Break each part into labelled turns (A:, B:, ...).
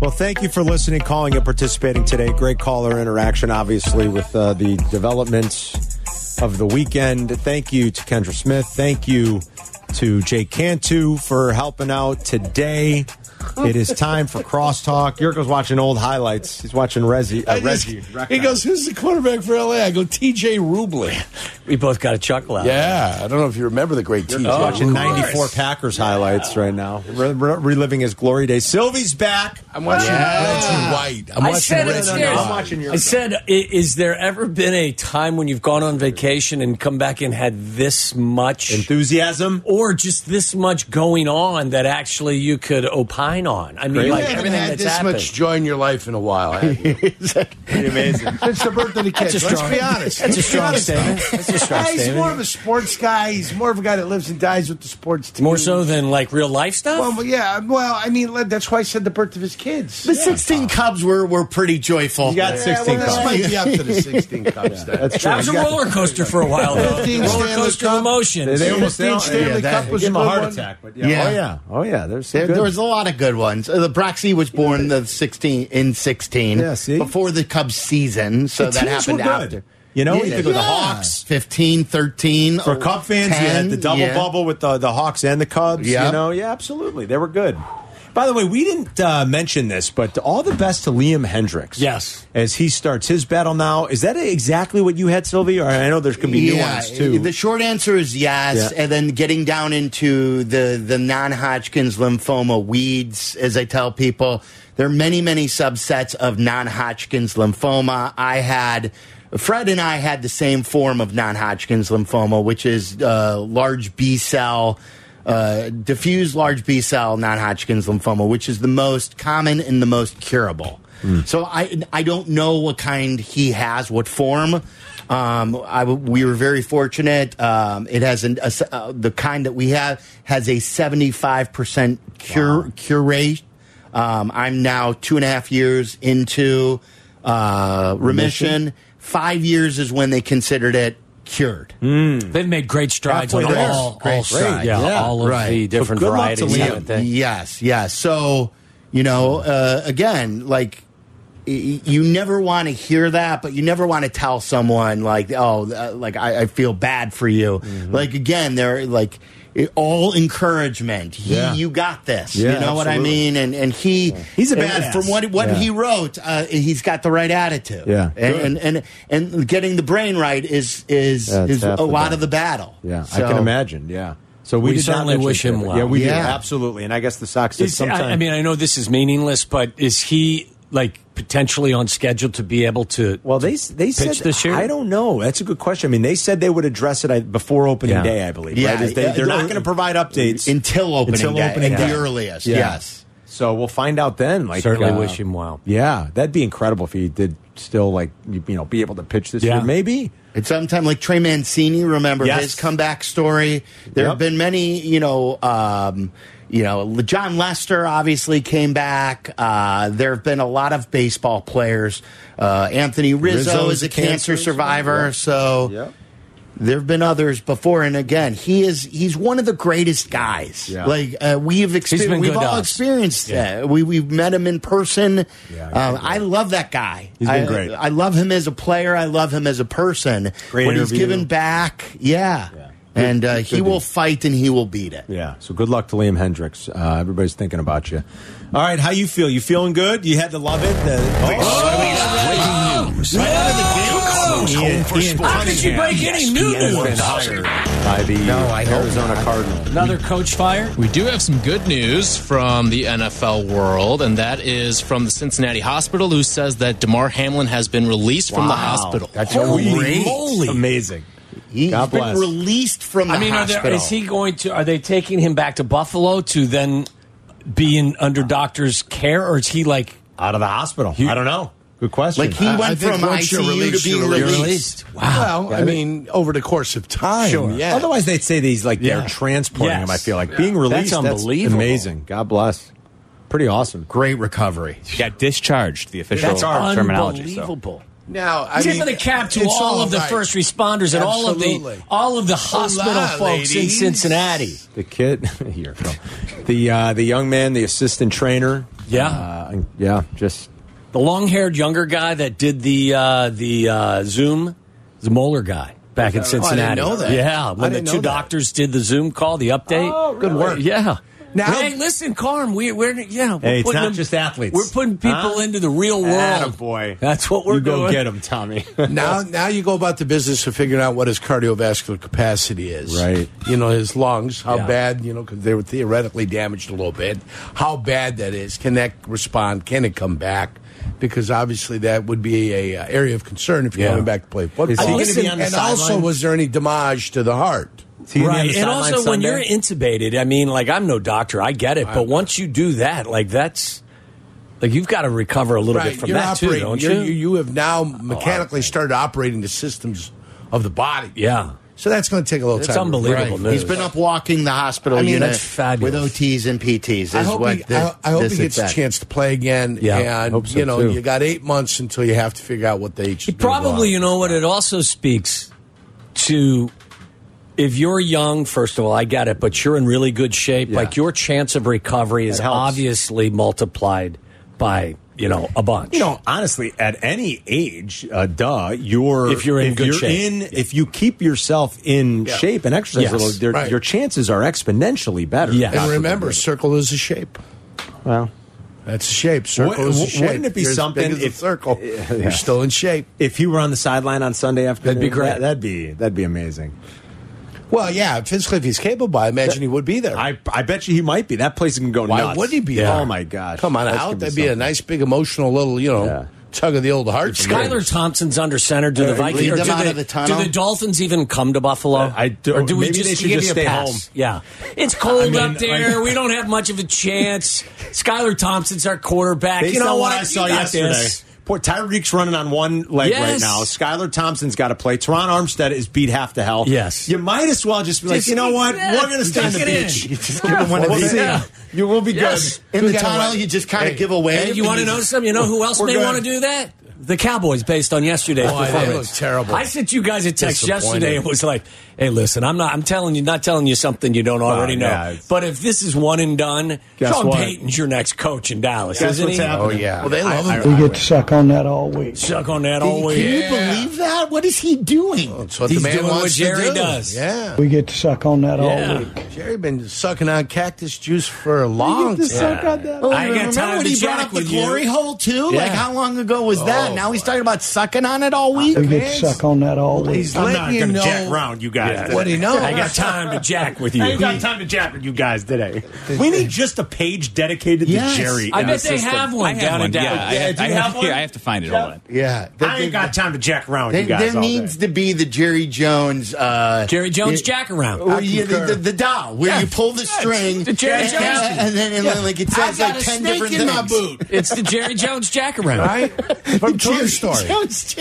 A: Well, thank you for listening, calling, and participating today. Great caller interaction, obviously, with uh, the developments of the weekend. Thank you to Kendra Smith. Thank you to Jay Cantu for helping out today. It is time for crosstalk. Yurko's watching old highlights. He's watching Reggie. Uh,
B: I just-
A: Reggie.
B: he goes, "Who's the quarterback for LA?" I go, "T.J. Rublin."
C: We both got a chuckle out.
B: Yeah, I don't know if you remember the great T.J.
A: He's watching
B: Rublin.
A: 94 Packers highlights right now, re- re- reliving his glory days. Sylvie's back.
B: I'm watching
C: Yeah.
B: Reggie White. I'm
C: I
B: watching
C: said it
B: Reggie
C: upstairs.
B: White.
C: I'm
A: watching your-
C: I said, I- is there ever been a time when you've gone on vacation and come back and had this much
A: Enthusiasm.
C: or just this much going on that actually you could opine on? I mean,
A: Great.
B: You
C: like
B: haven't
C: everything
B: had
C: that's
B: this
C: happened.
B: much joy in your life in a while. eh? have you?
A: Amazing.
B: Since the birth of the kid.
C: That's a strong-
B: Let's be honest.
C: that's a
B: Let's be
C: strong
B: honest.
C: statement. That's a strong
B: Yeah, He's
C: statement.
B: more of a sports guy. He's more of a guy that lives and dies with the sports team.
C: More so than like real life stuff?
B: Well, yeah. Well, I mean, that's why I said the birth of his kids.
D: The 16 Cubs were, were pretty joyful.
A: You got 16
B: well, this
A: Cubs.
B: might be up to the 16 Cubs. then.
A: That's true.
C: that was a roller coaster for a while, though.
B: Fifteen
C: roller
B: Stanley
C: coaster of
B: Cup.
C: emotions.
A: They almost they
B: Fifteen
A: don't-
B: Stanley
D: yeah, that-
B: Cup was
A: give him a
B: good
A: heart
B: one.
A: attack. But yeah.
D: Yeah.
A: Oh, yeah. Oh, yeah. There's some
D: There,
A: good-
D: there was a lot of good ones. Uh, The Broxy was born the 16 in 16
A: Yeah, see?
D: before the Cubs season, so
A: The
D: that
A: teams
D: happened
A: were good.
D: after.
A: You know, you think of the
D: Yeah.
A: Hawks.
D: 15, 13.
A: For Cub fans, you had the
D: 10,
A: double
D: yeah.
A: bubble with the, the Hawks and the Cubs. You
D: Yep.
A: know, yeah, absolutely. They were good. By the way, we didn't uh, mention this, but all the best to Liam Hendricks.
C: Yes.
A: As he starts his battle now. Is that exactly what you had, Sylvie? Or I know there's going to be nuance, too.
D: The short answer is yes,
A: Yeah.
D: and then getting down into the the non-Hodgkin's lymphoma weeds, as I tell people, there are many many subsets of non-Hodgkin's lymphoma. I had. Fred and I had the same form of non-Hodgkin's lymphoma, which is uh, large B cell, uh, diffuse large B cell non-Hodgkin's lymphoma, which is the most common and the most curable. So I I don't know what kind he has, what form. Um, I, we were very fortunate. Um, it has an, a s uh, the kind that we have has a seventy five percent cure cure rate. Um, I'm now two and a half years into uh, remission. Five years is when they considered it cured.
C: They've made great strides on
A: Halfway there.
C: all,
D: Great
C: all,
D: strides.
C: yeah, all of
D: right.
C: the
D: So
C: different
A: good luck to
C: varieties of
A: Liam.
C: it. They-
D: Yes, yes. So, you know, uh, again, like y- you never want to hear that, but you never want to tell someone like, "Oh, uh, like I, I feel bad for you."
A: Mm-hmm.
D: Like again, they're like it- all encouragement. He,
A: Yeah.
D: you got this.
A: Yeah,
D: you know what I
A: absolutely.
D: mean? And and he
A: He's a
D: and
A: badass.
D: From what what
A: Yeah.
D: he wrote, uh, he's got the right attitude.
A: Yeah.
D: and, and and and getting the brain right is is
A: Yeah, it's
D: is
A: half
D: a
A: the
D: lot
A: battle.
D: of the battle.
A: Yeah, I can
D: So-
A: imagine. Yeah. So we,
C: We
A: did not
C: certainly
A: mention
C: wish him
A: that.
C: well.
A: Yeah, we did.
D: Yeah.
A: Absolutely. And I guess the Sox did
C: Is-
A: sometime.
C: I, I mean, I know this is meaningless, but is he like potentially on schedule to be able to?
A: Well, they they said
C: pitch this year?
A: I don't know. That's a good question. I mean, they said they would address it I- before opening
C: Yeah.
A: day. I believe.
D: Yeah,
A: right? Is they,
D: yeah,
A: they're not
D: the-
A: going to provide updates
D: until opening
A: Until
D: day,
A: opening
D: at
A: day.
D: the earliest.
A: Yeah.
D: Yes.
A: So we'll find out then. Like, uh,
C: Certainly wish him well.
A: Yeah, that'd be incredible if he did still like you, you know be able to pitch this
C: Yeah.
A: year. Maybe
D: At some time, like Trey Mancini, remember
A: Yes.
D: his comeback story. There
A: Yep.
D: have been many, you know, um, you know, John Lester obviously came back. Uh, there have been a lot of baseball players. Uh, Anthony Rizzo,
A: Rizzo
D: is a cancer, survivor,
A: yeah.
D: so there have been others before. And again, he is he's one of the greatest guys.
A: Yeah.
D: Like uh, we've
C: been
D: experienced, we've
C: good to
D: all
C: us.
D: experienced that. We we've met him in person.
A: Yeah, he's
D: um,
A: been great.
D: I love that guy.
A: He's been
D: I-
A: great.
D: I love him as a player. I love him as a person.
A: Great
D: when
A: interview.
D: he's given back, yeah.
A: Yeah.
D: And uh,
A: Good-
D: he
A: good
D: will
A: dude.
D: fight and he will beat it.
A: yeah. So good luck to Liam Hendricks. Uh, everybody's thinking about you. All right, how you feel? You feeling good? You had to love it. The,
E: Breaking news. Right out of the gate. home for
A: Ian
E: sports.
C: How could you break any new news?
A: by the Arizona Cardinal.
C: Another coach fire?
F: We do have some good news from the NFL world, and that is from the Cincinnati hospital, who says that DeMar Hamlin has been released from the hospital.
D: That's
C: Holy
D: great.
C: moly.
A: Amazing.
D: He's
A: God
D: been
A: bless.
D: released from the
C: I mean, are
D: hospital.
C: there, is he going to? Are they taking him back to Buffalo to then be in under doctor's care, or is he like
A: Out of the hospital. I don't know. Good question.
D: like he
A: I-
D: went
B: I think
D: from
B: once you're
D: ICU
B: released,
D: to being
B: you're
D: released.
B: released.
C: Wow.
B: Well, I mean, over the course of time.
C: Sure.
B: Yeah.
A: Otherwise, they'd say these like they're
C: Yeah.
A: transporting
C: Yes.
A: him. I feel like being released.
C: unbelievable.
A: amazing. God bless. Pretty awesome.
D: Great recovery.
G: got discharged. The official
C: That's
G: terminology. so.
C: unbelievable.
B: now, I
C: I
B: mean,
C: Tip of the cap to
B: it's
C: all of the
B: right.
C: first responders and all of
B: Absolutely.
C: the all of the hospital
B: Hola,
C: folks in
B: ladies.
C: Cincinnati.
A: The kid here, Phil. the uh, the young man, the assistant trainer
C: Yeah.
A: Uh, yeah, just
C: The long-haired younger guy that did the uh, the uh, Zoom, the Moeller guy back in Cincinnati.
H: know that.
C: Yeah, when the
A: didn't
C: two
A: know that.
C: doctors did the Zoom call, the update.
B: Oh, Good really? work.
C: Yeah.
B: Now-
C: hey, listen, Carm. We, we're yeah. We're
A: Hey, it's
C: putting
A: not just athletes.
C: We're putting people
A: Huh?
C: into the real world.
A: boy.
C: That's what we're
A: you go
C: doing.
A: get him, Tommy.
B: Now, now you go about the business of figuring out what his cardiovascular capacity is.
A: Right.
B: You know, his lungs, how
C: Yeah.
B: bad, you know, because they were theoretically damaged a little bit, how bad that is. Can that respond? Can it come back? Because obviously that would be a uh, area of concern if you're
C: Yeah.
B: coming back to play football.
A: Is he gonna
C: be Listen, on the
B: and also,
A: sideline?
B: was there any damage to the heart?
C: Right, and also when you're intubated, I mean, like I'm no doctor, I get it, but once you do that, like that's like you've got to recover a little bit from
B: you're
C: that too,
B: operating-
C: don't
B: you're-
C: you? Oh,
B: you? You have now mechanically started operating the systems of the body.
C: yeah,
B: So that's going to take a little
C: it's
B: time. to recover.
C: unbelievable. News.
D: He's been up walking the hospital
C: I mean,
D: unit
C: that's fabulous.
D: with OTs and PTs. Is
B: I hope,
D: what
B: he,
D: thi-
B: I, I hope
D: this
B: he gets
D: affects.
B: a chance to play again.
C: Yeah,
B: and
A: hope so,
B: you know
A: too.
B: you got eight months until you have to figure out what they. each
C: It
B: do about
C: probably,
B: it.
C: you know what, it also speaks to if you're young, first of all, I get it, but you're in really good shape.
A: Yeah.
C: Like your chance of recovery is
A: helps.
C: obviously multiplied by, you know, a bunch.
A: You know, honestly, at any age, uh, duh, you're
C: If you're in good shape.
A: in- if you keep yourself in shape and exercise
C: Yes.
A: a little, your-
B: Right.
A: your chances are exponentially better.
C: Yeah.
B: And remember, circle is a shape.
A: well,
B: That's a shape. Circle
A: Wou-
B: is a
A: wou-
B: shape.
A: wouldn't it be
B: You're as big
A: something
B: as a
A: if-
B: circle?
A: Yeah.
B: You're still in shape.
A: if you were on the sideline on Sunday afternoon,
C: be great.
A: that- That'd be that'd be amazing.
B: Well, yeah, physically, if he's capable, I imagine he would be there.
A: I I bet you he might be. That place can go
B: Why
A: nuts.
B: would he be?
A: Oh
B: there?
A: my gosh!
B: Come on
A: That's
B: out.
A: gonna
B: That'd be a
A: something.
B: nice, big, emotional little, you know,
A: Yeah.
B: tug of the old heart.
C: Skylar Thompson's under center. Do the Vikings
D: lead
C: or
D: them
C: do,
D: out
C: the,
D: of the tunnel?
C: do the Dolphins even come to Buffalo?
A: Uh, I do-
C: or do we
A: maybe
C: just
A: they should
C: give
A: just
C: you a
A: stay
C: pass?
A: home.
C: Yeah, it's cold
A: mean,
C: up there.
A: like-
C: we don't have much of a chance. Skylar Thompson's our quarterback.
A: Based
C: you know
A: on
C: what?
A: I saw
C: You got
A: yesterday.
C: this.
A: Poor Tyreek's running on one leg right
C: Yes.
A: now. Skylar Thompson's got to play. Teron Armstead is beat half to hell.
C: Yes.
A: You might as well just be like,
C: Just-
A: you know what?
C: yeah,
A: We're going to stay on the
C: just get
A: beach.
C: in.
A: You just give him one of
C: We'll
A: these.
C: see. Yeah.
A: You will be
C: Yes.
A: good.
D: in the
B: Who's got
D: tunnel.
B: away?
D: You just kind
B: Hey.
D: of give away.
C: Hey, you want to know something? You know who else
A: We're
C: may
A: good.
C: want to do that? The Cowboys, based on yesterday's
B: Boy, they
C: performance,
B: look terrible.
C: I sent you guys a text
B: Disappointed.
C: yesterday. It was like, "Hey, listen, I'm not. I'm telling you, not telling you something you don't already know.
A: yeah, it's-
C: but if this is one and done,
A: Guess
C: Sean
A: what?
C: Payton's your next coach in Dallas,
A: Guess
C: isn't
A: what's
C: he?
A: happening?
B: Oh yeah. Well, they love him.
E: We get to suck on that all week.
C: Suck on that all
D: Can
C: week.
D: you believe that? What is he doing?
B: That's what
C: He's
B: the man
C: doing what
B: wants to
C: Jerry
B: do.
C: does.
B: Yeah.
E: We get to suck on that
C: Yeah.
E: all week.
B: Jerry been sucking on cactus juice for a long time.
A: Oh,
C: I got
D: Remember
C: time
D: when
C: to
D: he brought
C: jack
D: up the
C: with you.
D: glory hole too? Like
C: Yeah.
D: how long ago was that?
A: Oh,
D: Now he's talking about sucking on it all week.
E: We get to suck on that all week.
B: He's letting you know
A: you guys.
B: what he knows.
C: I got time to jack with you.
A: time to jack with you guys today. We need just a page dedicated
D: Yes.
A: to Jerry.
C: I
A: in
C: bet
A: the
C: they
A: system.
C: have one
I: I
C: down
I: have one.
C: in
I: Yeah,
C: Dallas.
I: I, have,
A: do you
I: I have-
A: have one?
I: yeah, I have to find it. Hold on.
D: Yeah,
A: I ain't got time to jack around with
D: There,
A: you guys.
D: there
A: all day.
D: needs to be the Jerry Jones. Uh,
C: Jerry Jones
D: Yeah.
C: jack around.
D: Oh, yeah, the, the, the doll where
C: Yeah.
D: you pull the
C: Yeah,
D: string,
C: the Jerry
D: and,
C: Jones.
D: and then and then, like it
C: I
D: says
C: got
D: like
C: a
D: ten
C: snake
D: different
C: in
D: things.
C: my
D: boot.
C: It's the Jerry Jones jack around.
B: right? From Toy Story.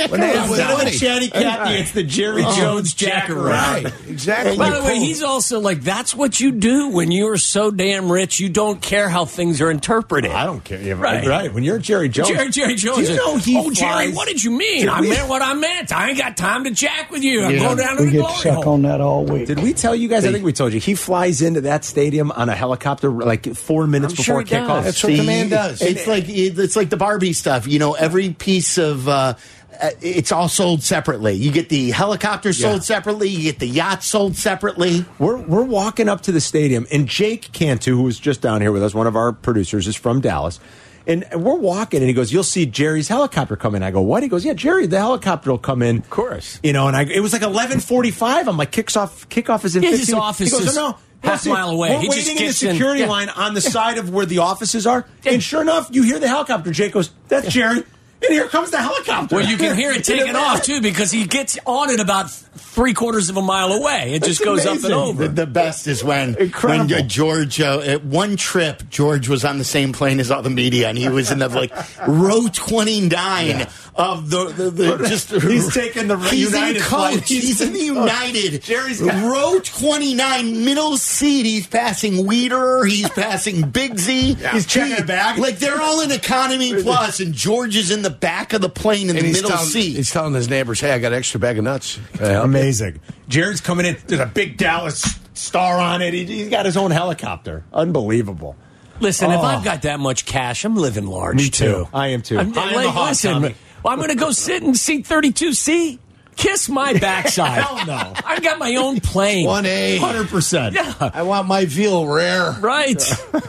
B: When they have
A: It's not
B: Woody.
A: the Chatty Cathy. It's the Jerry Jones Oh. jack around.
B: Right, exactly.
C: By the way, he's also like, that's what you do when you're so damn rich, you don't care how things are interpreted.
A: I don't care. Yeah,
C: Right.
A: right. right. When you're Jerry Jones.
C: Jerry, Jerry
A: Do
C: Jones.
A: you know he
C: oh, Jerry,
A: flies-
C: what did you mean?
A: Did
C: I
A: we-
C: meant what I meant. I ain't got time to jack with you. I'm
D: Yeah.
C: going down to
E: We
C: the
E: get to
C: glory
E: suck
C: hole.
E: on that all week.
A: Did we tell you guys? I think we told you. He flies into that stadium on a helicopter like four minutes
C: I'm sure
A: before
C: he
A: kickoff.
C: does.
B: That's what the man does.
D: It's like it's like the Barbie stuff. You know, every piece of uh, uh, it's all sold separately. You get the helicopter sold
A: Yeah.
D: separately. You get the yacht sold separately.
A: We're, we're walking up to the stadium, and Jake Cantu, who was just down here with us, one of our producers, is from Dallas. And we're walking, and he goes, "You'll see Jerry's helicopter come in." I go, "What?" He goes, "Yeah, Jerry, the helicopter will come in." Of
C: course.
A: you know. And I, it was like eleven forty-five. I'm like, "Kicks off, kickoff is in."
C: Yeah,
A: 15.
C: his office
A: He goes,
C: is
A: "Oh, no, we'll
C: half
A: see.
C: mile away.
A: We're
C: He just
A: waiting in the
C: gets in."
A: security
C: Yeah.
A: line on the side of where the offices are, and sure enough, you hear the helicopter. Jake goes, "That's Jerry," and here comes the helicopter.
C: Well, you can hear it taking off, too, because he gets on it about three quarters of a mile away. It just goes up and
A: amazing.
C: over.
D: The, the best is when
A: Incredible.
D: when uh, George uh, at one trip George was on the same plane as all the media and he was in the like row twenty nine of the, the, the just
A: He's taking the
D: he's
A: United
D: in
A: flight. Oh,
D: coach he's in the United
A: Jerry's got-
D: row twenty nine middle seat he's passing Weeder he's passing Big Z
A: He's checking
D: He-
A: a bag.
D: like they're all in economy plus and George is in the back of the plane in
B: and
D: the
B: he's
D: middle
B: telling,
D: seat
B: he's telling his neighbors, "Hey, I got an extra bag of nuts."
A: Amazing. Jared's coming in. There's a big Dallas star on it. He, he's got his own helicopter. Unbelievable.
C: Listen, if I've got that much cash, I'm living large
A: Oh. Me too.
C: too.
A: I am too.
C: I'm,
A: High in
C: like,
A: the hog,
C: listen,
A: Tommy.
C: well, I'm going to go sit in seat 32C. Kiss my backside. Hell no. I've got my own plane.
B: One A.
J: Hundred percent.
B: I want my veal rare.
C: Right.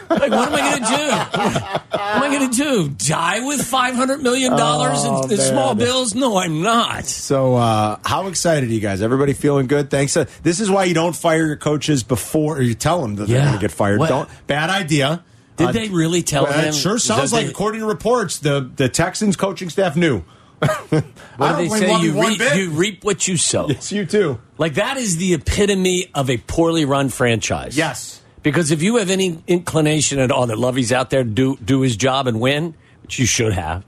C: Like, what am I going to do? What am I going to do? Die with $500 million
A: Oh,
C: in, in small bills? No, I'm not.
A: So, uh, how excited are you guys? Everybody feeling good? Thanks. Uh, this is why you don't fire your coaches before or you tell them that they're
C: Yeah.
A: going to get fired.
C: What?
A: Don't. Bad idea.
C: Did
A: Uh,
C: they really tell
A: well,
C: him?
A: It sure sounds like, according to reports, the the Texans coaching staff knew.
C: What do they
A: blame
C: say?
A: one-
C: You
A: one
C: reap,
A: bit.
C: you reap what you sow.
A: It's you too.
C: Like that is the epitome of a poorly run franchise.
A: Yes.
C: Because if you have any inclination at all that Lovey's out there to do do his job and win, which you should have.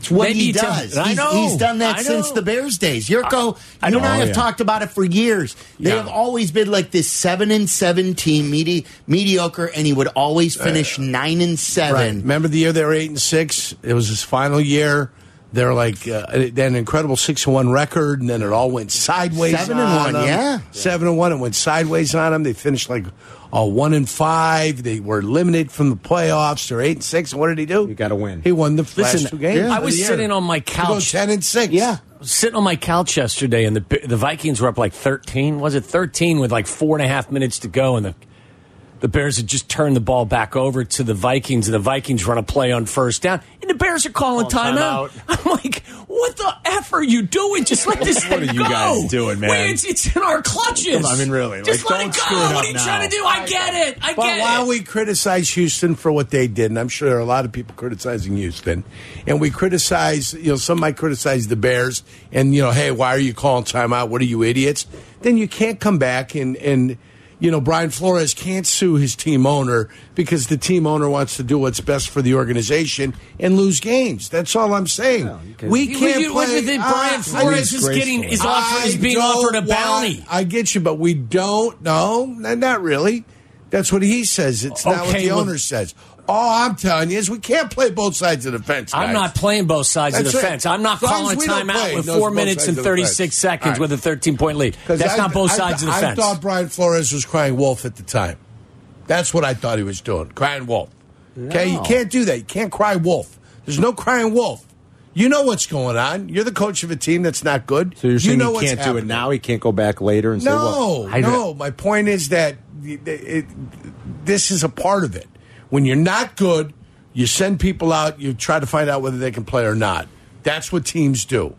K: It's what
C: They
K: he
C: need to-
K: does.
C: I
K: he's,
C: know.
K: he's done that
C: I
K: since
C: know.
K: the Bears days. Yurko,
C: I
K: you
C: know.
K: and I
C: Oh,
K: have
C: yeah.
K: talked about it for years. They have always been like this seven and seven team, medi- mediocre, and he would always finish nine and
B: Uh, Right.
K: seven.
B: Remember the year they were eight and six? It was his final year. They're like uh, they had an incredible six and one record, and then it all went sideways.
K: Seven and
B: on
K: one,
B: them.
K: yeah.
B: seven and one. It went sideways on them. They finished like uh, one and five. They were eliminated from the playoffs. They're eight and six. And what did he do?
A: You gotta win.
B: He won the last two
C: Listen,
B: games.
C: I
B: of the
C: was
B: year.
C: sitting on my
B: To go
C: couch.
B: ten and six.
K: Yeah.
C: I was sitting on my couch yesterday, and the the Vikings were up like thirteen. Was it thirteen with like four and a half minutes to go, and the the Bears had just turned the ball back over to the Vikings, and the Vikings run a play on first down, and the Bears are calling timeout. I'm like, what the f are you doing? Just let this
A: What
C: thing
A: are you
C: go.
A: guys doing, man?
C: Wait, it's, it's in our clutches.
A: I mean, really, like,
C: just let
A: don't
C: it go.
A: screw it
C: what
A: up
C: are you
A: now.
C: trying to do? I get it. I
B: But
C: get
B: while
C: it.
B: we criticize Houston for what they did, and I'm sure there are a lot of people criticizing Houston, and we criticize, you know, some might criticize the Bears, and you know, hey, why are you calling timeout? What are you idiots? Then you can't come back and and you know, Brian Flores can't sue his team owner because the team owner wants to do what's best for the organization and lose games. That's all I'm saying. we
C: You-
B: can't
C: you-
B: play.
C: what do you think Brian
B: Ah,
C: Flores is
A: disgraceful.
C: getting is offered is
B: I
C: being
B: don't
C: offered a
B: want-
C: bounty.
B: I get you, but we don't. No, n- not really. That's what he says. It's not what
C: Okay,
B: the
C: well-
B: owner says. All I'm telling you is we can't play both sides of the fence.
C: I'm
B: guys.
C: not playing both sides of
B: That's
C: the
B: right.
C: fence. I'm not
B: As long
C: calling
B: as
C: a
B: we don't play
C: timeout with
B: those
C: four
B: both
C: minutes
B: sides
C: and
B: of the
C: 36
B: fence.
C: seconds
B: All right.
C: with a 13 point lead.
B: 'Cause
C: That's
B: I-
C: not both
B: I-
C: sides of the
B: I
C: fence.
B: thought Brian Flores was crying wolf at the time. That's what I thought he was doing, crying wolf. Okay, you can't do that. You can't cry wolf. There's no crying wolf. You know what's going on. You're the coach of a team that's not good.
A: So you're saying
B: you know
A: he
B: what's
A: can't do it
B: happening.
A: now. He can't go back later and say, "Well,
B: No, no. My point is that it, it, this is a part of it. When you're not good, you send people out. You try to find out whether they can play or not. That's what teams do.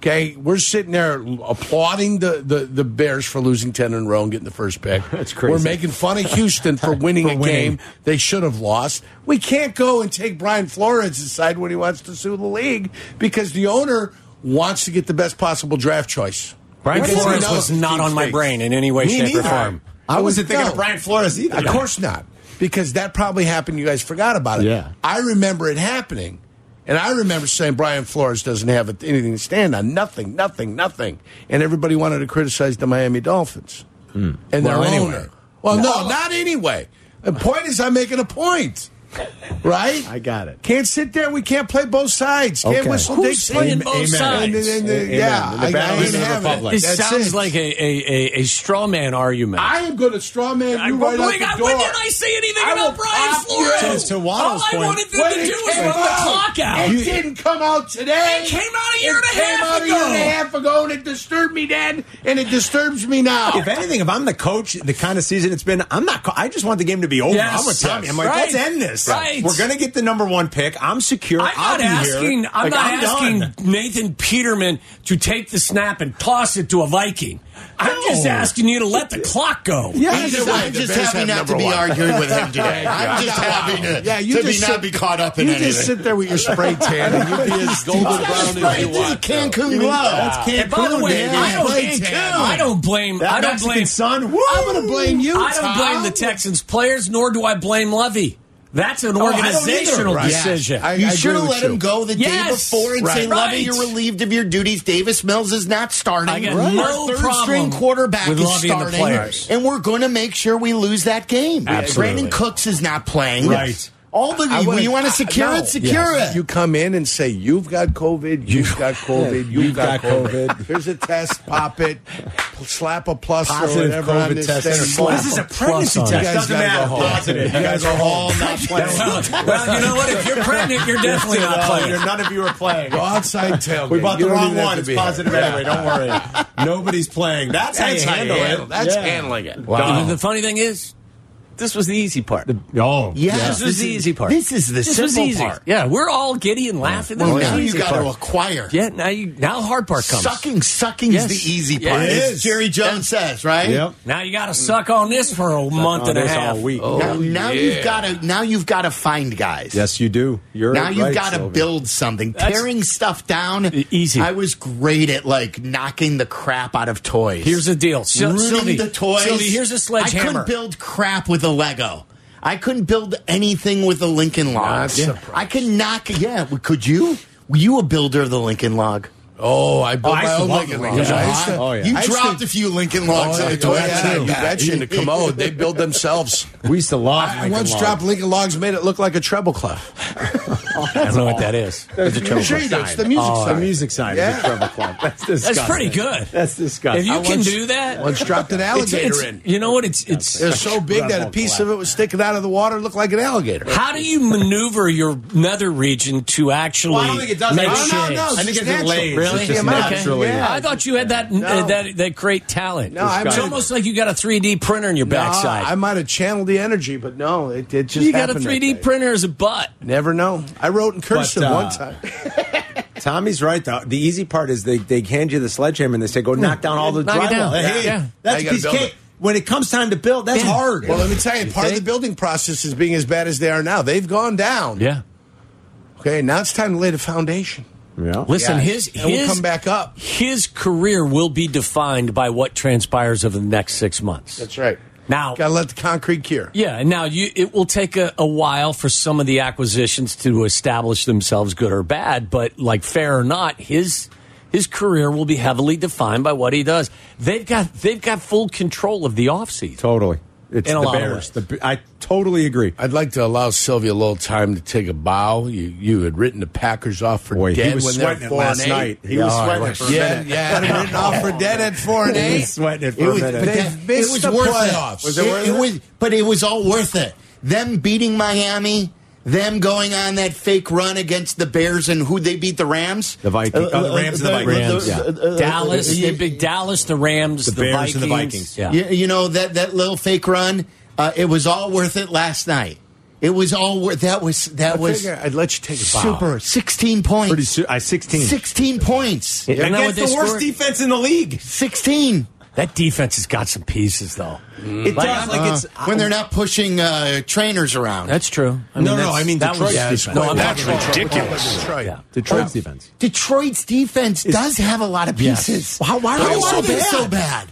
B: Okay, we're sitting there applauding the, the, the Bears for losing ten in a row and getting the first pick. That's
A: crazy.
B: We're making fun of Houston for winning a
A: winning.
B: game they should have lost. We can't go and take Brian Flores aside when he wants to sue the league because the owner wants to get the best possible draft choice.
C: Brian
B: Because he
C: Flores
B: knows
C: was
B: the
C: not
B: team's
C: on my
B: fake.
C: brain in any way,
B: Me
C: shape, or
B: neither.
C: form.
A: I wasn't thinking
B: No.
A: of Brian Flores either.
B: Of course not, because that probably happened. You guys forgot about it.
A: Yeah.
B: I remember it happening, and I remember saying Brian Flores doesn't have anything to stand on. Nothing, nothing, nothing. And everybody wanted to criticize the Miami Dolphins and
A: Well,
B: their
A: anyway.
B: owner. Well, no, not anyway. The point is, I'm making a point. Right,
A: I got it.
B: Can't sit there. We can't play both sides. Can't
A: Okay.
B: whistle
C: Who's
B: Dixie.
C: playing both
A: Amen.
B: And,
C: sides?
B: and, and,
A: Amen.
B: yeah,
A: The battle is in the
B: have it.
A: Republic.
C: This
B: That's
C: sounds
B: it.
C: like a, a, a, a straw man argument.
B: I am going to straw man you
C: I-
B: right
C: wait,
B: out
C: I-
B: the door.
C: when did I say anything
B: I
C: about
B: will
C: Brian
B: pop
C: Flores?
B: you.
A: To- to Waddle's
C: All
A: point-
C: I wanted them to do was run the clock out.
B: It didn't come out today.
C: It came out a year and a
B: It came
C: half
B: out a year and
C: ago.
B: a half ago, and it disturbed me then, and it disturbs me now.
A: If anything, if I'm the coach, the kind of season it's been, I'm not. I just want the game to be over.
C: Yes.
A: I'm with Tommy. I'm like,
C: Right.
A: let's end this.
C: Right.
A: We're gonna get the number one pick. I'm secure.
C: I'm
A: I'll
C: not
A: be
C: asking.
A: Here.
C: I'm
A: Like,
C: not asking
A: done.
C: Nathan Peterman to take the snap and toss it to a Viking. I'm just asking you to let the clock go.
K: I'm just, I'm just happy not to be arguing with him today. I'm just happy to,
B: Yeah, you
K: to
B: just
K: be
B: sit-
K: not be caught up in
B: you
K: anything.
B: just sit there with your spray tan and you be as golden brown as you want.
K: Cancun love. That's
C: And by the way, I don't, I don't blame.
A: That
C: I don't
A: Mexican
C: blame.
A: son. Woo!
B: I'm going to blame you.
C: I don't
B: Tom.
C: blame the Texans players, nor do I blame Lovey. That's an
K: Oh,
A: I don't either,
C: organizational
A: right.
C: decision.
B: I-
K: you
B: I
K: should have
B: agree with
K: let
B: you.
K: him go the
C: Yes.
K: day before and say,
C: Right.
K: Lovey,
C: Right.
K: you're relieved of your duties. Davis Mills is not starting.
C: I got
K: Our
C: no
K: third
C: problem
K: string quarterback
C: with
K: is
C: Lovey and the
K: starting.
C: players.
K: And we're going to make sure we lose that game.
C: Absolutely.
K: Brandon Cooks is not playing.
A: Right.
D: All the
B: I wanna-
D: you want to
B: I-
D: secure
B: no.
D: it, secure
B: Yes.
D: it.
B: You come in and say you've got COVID, you've got COVID, you've, got,
A: got
B: COVID.
A: COVID.
B: Here's a test. Pop it. p- Slap a plus
A: Positive
B: or whatever
A: COVID
B: on this
A: test.
B: thing.
A: Slap
B: Boom.
A: This is a
B: Plus
C: pregnancy
B: on it.
C: test.
B: You guys
A: Doesn't
B: gotta go
A: matter.
B: home.
A: Positive.
B: You guys are all not playing.
C: well, you know what? If you're pregnant, you're definitely not playing.
A: None of you are playing.
B: Go outside tailgate.
A: We bought
B: You
A: the
B: don't
A: wrong
B: even have
A: one.
B: to
A: It's
B: be here.
A: positive anyway. Don't worry. Nobody's playing. That's,
B: That's
A: how
B: how
A: you
B: you
A: handle,
B: handle-
A: it.
B: that's
A: Yeah.
B: handling it.
A: Wow.
C: The funny thing is, this was the easy part.
A: Oh,
D: Yeah,
C: This was the easy part.
D: This is the
C: This was
D: simple
C: easy.
D: part.
C: Yeah, we're all giddy and laughing. This
D: Well,
C: was
D: now
C: the
D: you
C: easy
D: got to
C: part.
D: acquire.
C: Yeah, now you now the hard part comes.
D: Sucking, sucking
C: Yes.
D: is the easy
C: Yeah,
D: part.
C: it
D: as
A: is.
D: Jerry Jones says, right?
A: Yep.
C: Now you got to suck on this for a month
A: Oh,
C: and a
A: there's
C: half.
A: all week.
D: Now, now you've got to. Now you've got to find guys.
A: Yes, you do. You're
D: Now you've
A: right,
D: got to
A: Sylvia.
D: build something.
C: That's-
D: Tearing stuff down.
C: E- easy.
D: I was great at like knocking the crap out of toys.
C: Here's the deal, Syl-
D: Ruining
C: Sylvie.
D: the toys.
C: Sylvie, here's a
D: I
C: sledgehammer.
D: couldn't build crap with a Lego. I couldn't build anything with a Lincoln log.
B: Not
D: Yeah.
B: surprised.
D: I could knock. Yeah, could you? Were you a builder of the Lincoln log?
B: Oh, I built my
A: I used to
B: own
A: love
B: Lincoln
A: the
B: Logs.
A: Lincoln
B: I
A: Logs.
B: used to-
A: Oh, yeah.
D: You
B: I used to-
D: dropped a few Lincoln logs
B: Oh,
D: on the
B: yeah,
D: toy.
B: yeah, you betcha in the commode. They build themselves.
A: We used to love.
B: I, I
A: Lincoln
B: once
A: Logs.
B: dropped Lincoln Logs, made it look like a treble clef.
C: I don't know what that is.
A: There's a
B: Sure you do. It's the music
A: Oh,
B: side.
A: the music side
B: Yeah.
A: is a treble clock. That's disgusting.
C: That's pretty good.
A: That's
C: If
A: disgusting.
C: you
A: I
C: can
A: once-
C: do that,
B: Once dropped an
C: it's,
B: alligator
C: it's,
B: in.
C: you know what? It's it's.
B: It was so big that a piece of it was sticking out of the water, looked like an alligator.
C: How do you maneuver your nether region to actually
A: Well, I don't think it does
C: make
A: that.
B: No, Oh, no,
C: shades?
B: no.
A: I think it's
B: natural.
A: lays.
C: Really?
A: It's just
B: Okay.
A: naturally.
B: Yeah.
C: I thought you had that uh,
B: No.
C: that that great talent.
B: No, I'm
C: it's
B: not-
C: almost like you got a 3D printer in your
B: No,
C: backside.
B: I might have channeled the energy, but no, it, it just
C: you got a
B: happened that
C: 3D
B: day.
C: printer as a butt.
B: Never know. I wrote in cursive
A: But, uh,
B: one time.
A: Tommy's right. though. The easy part is they, they hand you the sledgehammer and they say, go knock down all the
C: Knock it down.
A: drywall. Hey,
C: Yeah.
B: Now
A: That's
B: you
A: a
B: gotta
A: piece of
B: build
A: cake.
B: it.
A: When it comes time to build, that's
C: Yeah.
A: hard.
B: Well, let me tell you, part of the building process is being as bad as they are now. They've gone down.
C: Yeah.
B: Okay, now it's time to lay the foundation.
A: yeah.
C: Listen,
B: Yeah.
C: his
B: And we'll
C: his
B: come back up.
C: His career will be defined by what transpires over the next six months.
B: right.
C: now,
B: Got to let the concrete cure.
C: yeah. and Now, you it will take a, a while for some of the acquisitions to establish themselves, good or bad. But like fair or not, his his career will be heavily defined by what he does. They've got they've got full control of the offseason.
A: Totally. It's
C: In a
A: the
C: lot of
A: Bears.
C: ways.
A: The, I totally agree.
B: I'd like to allow Sylvia a little time to take a bow. You you had written the Packers off for
A: Boy,
B: dead
A: he was
B: when they were
A: sweating it
B: four and
A: last
B: eight.
A: night. He was sweating it for a
B: Yeah,
A: minute.
B: yeah, had him written off for dead at four and
A: He
B: eight.
A: was sweating it
D: It
A: for a
D: was, but
A: minute.
D: that-
B: missed
D: it was
B: the
D: worth
B: playoffs.
D: it.
B: Was
A: it
D: it,
A: worth it?
D: was, but it was all worth it. Them beating Miami, them going on that fake run against the Bears, and who they beat the Rams,
A: The Vikings. Oh, the Rams and the Vikings. Yeah.
C: Dallas,
D: uh,
C: they beat Dallas, the Rams, the,
A: The Bears
C: Vikings.
A: and the Vikings.
C: Yeah.
D: You, you know that that little fake run. Uh, it was all worth it last night. It was all worth. That was that
B: I
D: was
B: figure I'd let you take a bow.
D: super. Sixteen points.
A: Pretty soon. I 16.
D: 16 points.
C: Isn't that what
A: Against
C: they
A: the worst
C: scored?
A: defense in the league.
D: 16.
C: That defense has got some pieces, though.
A: It does. Like it's
D: uh, when they're not pushing uh, trainers around.
C: That's true. I mean,
A: No, no,
C: that's-
A: I mean
C: that
A: Detroit's
C: was,
A: defense.
C: No, I'm
B: That's
C: talking about Detroit.
B: ridiculous. Detroit.
C: Yeah.
A: Detroit's defense.
D: Detroit's defense does have a lot of
A: Yes.
D: pieces.
A: Why- why are they so bad?
D: so bad?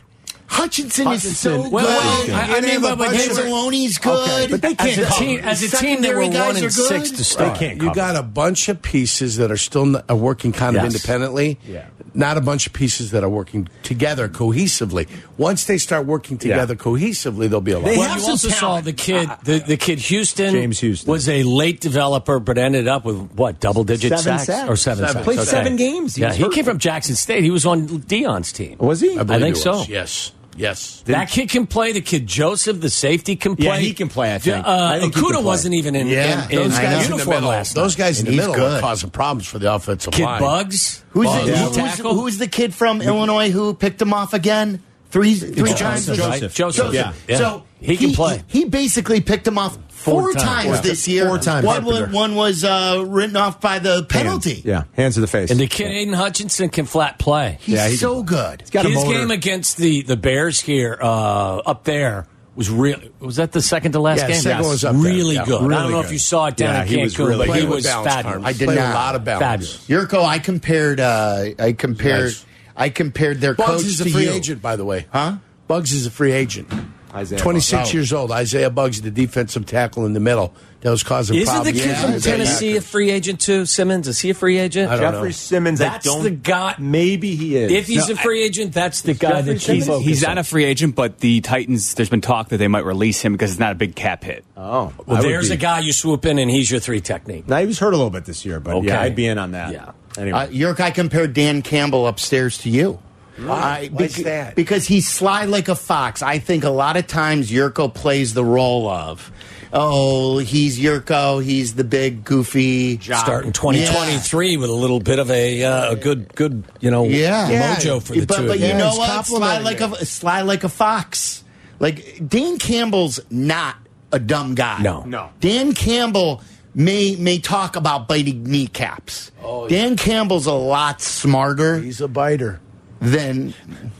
D: Hutchinson, is so
A: Hutchinson-
D: good.
A: Well,
C: well,
A: good.
C: I, I
B: They
C: mean,
B: have
C: but,
B: a
C: but
B: bunch
C: they
B: of-
C: were-
D: Anzalone's good.
A: but they
C: as
A: can't
C: a
A: cover.
C: team, as a team, they were
D: Secondary guys
C: one
D: are
C: and six
D: good.
C: to start.
A: can't
B: You
A: cover.
B: got a bunch of pieces that are still n- are working kind of
C: Yes.
B: independently.
A: Yeah.
B: Not a bunch of pieces that are working together cohesively. Once they start working together cohesively, they'll be a lot.
A: They
B: better.
C: Well,
A: have
C: you
A: some
C: also saw
A: talent.
C: the kid, the, the kid Houston,
A: James Houston.
C: was a late developer, but ended up with what double digit
A: Seven
C: sacks,
A: sacks.
C: or seven,
B: Seven.
C: sacks.
B: Played
A: seven games. He
C: yeah,
A: was
C: he
A: hurt.
C: came from Jackson State. He was on Dion's team.
A: Was he?
C: I think
B: it
C: so.
B: was. Yes. Yes.
C: that kid can play. The kid Joseph, the safety, can play.
A: Yeah, he can play, I think.
C: Uh,
A: I think he can
C: Okuda
A: play.
C: wasn't even in,
B: Yeah.
C: in, in,
B: those guys in the
C: uniform
B: middle.
C: last night.
B: those guys
D: And
B: in the
D: he's
B: middle are
D: good.
B: causing problems for the offensive
C: Kid
B: line.
C: Bugs,
D: Who's,
B: Oh,
D: the,
B: yeah.
D: who's-
C: Tackle?
D: who's the kid from Illinois who picked him off again? Three, three
A: Joseph.
D: times.
A: Joseph.
C: right?
A: Joseph.
C: Joseph.
A: Yeah.
C: Yeah.
D: So
C: he can play.
D: He basically picked him off four,
C: Four times.
D: times,
C: Four
D: this year.
A: Four times.
D: One, was-
A: Carpenter.
D: one was uh, written off by the penalty.
A: Yeah. Hands to the face.
C: And the kid Aiden Hutchinson can flat play.
D: He's
A: Yeah, he
D: so good.
A: got a
C: His
A: motor.
C: game against the the Bears here uh, up there was real. Was that the second to last
B: Yeah,
C: game?
B: second was up there.
C: really
B: Yeah,
C: good. I
B: really
C: don't know if
B: good.
C: you saw it down
A: Yeah,
C: in
A: he was
C: Cancun,
A: really
C: but
B: Play
C: he
B: with
C: was
B: balance,
C: fabulous.
B: Carmen.
D: I did
B: Play
D: not.
B: a lot of balance.
C: Fabulous.
D: Yurko, I compared. Uh, I compared.
B: Nice.
D: I compared their
B: Bugs
D: coach
B: is a
D: to
B: free
D: you.
B: agent, by the way.
D: Huh?
B: Bugs is a free agent.
A: Isaiah
B: 26
A: Bugs.
B: years old. Isaiah Bugs, the defensive tackle in the middle, that was causing
C: Isn't the
B: problems.
C: kid
B: Yeah,
C: from
B: Isaiah
C: Tennessee a
B: Packers.
C: free agent too? Simmons is he a free agent?
B: I don't
A: Jeffrey
B: know.
A: Simmons.
C: That's
A: I don't,
C: the guy-
A: Maybe he is.
C: If he's
A: No,
C: a free agent, that's the guy
A: Jeffrey
C: that he's,
A: Simmons?
L: He's not a free agent, but the Titans. There's been talk that they might release him because it's not a big cap hit.
A: oh, I
C: Well,
A: would
C: there's
A: be-
C: a guy you swoop in and he's your three technique.
A: Now he was hurt a little bit this year, but
C: Okay.
A: yeah, I'd be in on that.
C: Yeah.
A: Anyway,
D: Uh, York, I compared Dan Campbell upstairs to you. I-
B: Why's
D: bec-
B: that?
D: Because he's sly like a fox. I think a lot of times Yurko plays the role of, oh, he's Yurko, he's the big goofy
C: Starting 2023 with a little bit of a uh, a good good you know
D: yeah,
C: mojo for Oh, the
D: but,
C: two.
D: But
C: of
D: you
C: them.
D: know
B: He's
D: what? Sly
B: complimenting
D: like a sly like a fox. Like Dan Campbell's not a dumb guy.
C: No. No.
D: Dan Campbell may may talk about biting kneecaps. Dan Campbell's a lot smarter
B: He's a biter.
D: than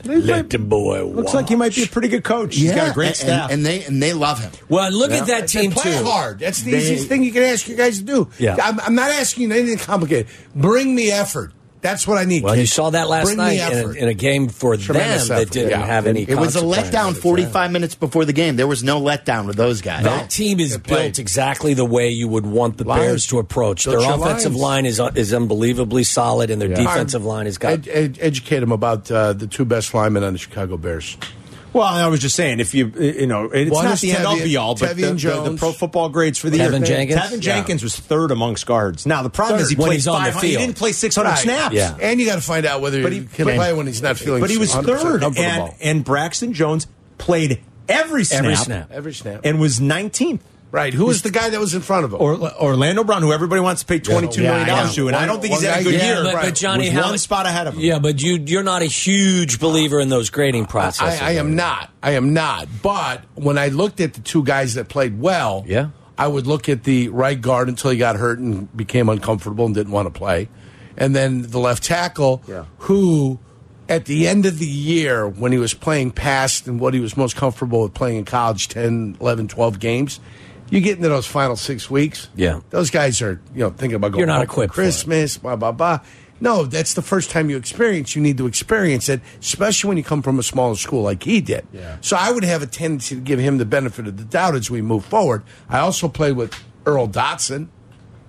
C: let the boy
A: looks like he might be a pretty good coach. He's got a great
D: and,
A: staff.
D: and they and they love him.
C: Well, look at that
B: They
C: team
B: play
C: too.
B: hard. That's the
D: They-
B: easiest thing you can ask your guys to do.
C: Yeah.
B: I'm, I'm not asking you anything complicated. Bring me effort. That's what I need.
C: Well,
B: kids.
C: you saw that last
B: Bring
C: night
B: me
C: in a,
B: effort.
C: in a game for
B: Tremendous
C: them that
B: effort,
C: didn't
B: yeah.
C: have any.
D: It was a
C: consequence.
D: letdown 45 minutes before the game. There was no letdown with those guys.
C: That team is
B: Good play.
C: built exactly the way you would want the
B: Lines.
C: Bears to approach.
B: Built
C: Their
B: your
C: offensive line
B: lines.
C: is uh, is unbelievably solid, and their defensive line has got
B: Ed- ed- educate him about uh, the two best linemen on the Chicago Bears.
A: well, I was just saying, if you you know, it's
B: One
A: not
B: is
A: the end all
B: Tevian-
A: be all, but the,
B: Tevian
A: the- the
B: Jones.
A: pro football grades for the year.
C: Tevin Jenkins?
A: Tevin
C: Yeah.
A: Jenkins was third amongst guards. Now the problem is he
C: Third, when
A: played
C: he's on the
A: 500 He
C: field.
A: didn't play 600
B: Right.
A: snaps.
C: Yeah.
B: And you got to find out whether
A: But
B: he
A: he-
B: can
A: but-
B: play when he's not feeling
A: But he was
B: 100%
A: third,
B: comfortable.
A: and, and Braxton Jones played every snap,
C: Every snap.
B: Every snap.
A: and was 19th.
B: right. Who was the guy that was in front of him?
A: Or, Orlando Brown, who everybody wants to pay twenty two
D: Yeah,
A: million
D: I know.
A: dollars to, and I don't think he's
B: One
A: had a
B: guy-
A: good
B: yeah,
A: year.
C: but,
B: right.
C: but Johnny,
A: was
C: how
A: one spot ahead of him.
C: Yeah, but you you're not a huge believer in those grading processes.
B: I, I am not. I am not. But when I looked at the two guys that played well,
C: Yeah.
B: I would look at the right guard until he got hurt and became uncomfortable and didn't want to play, and then the left tackle, who at the end of the year when he was playing past and what he was most comfortable with playing in college 10 11 12 games you get into those final six weeks
C: Yeah.
B: those guys are you know thinking about going
C: You're not
B: home
C: equipped
B: for
C: for it.
B: Christmas, blah blah blah. No, that's the first time you experience. You need to experience it, especially when you come from a smaller school like he did. So I would have a tendency to give him the benefit of the doubt as we move forward. I also played with Earl Dotson,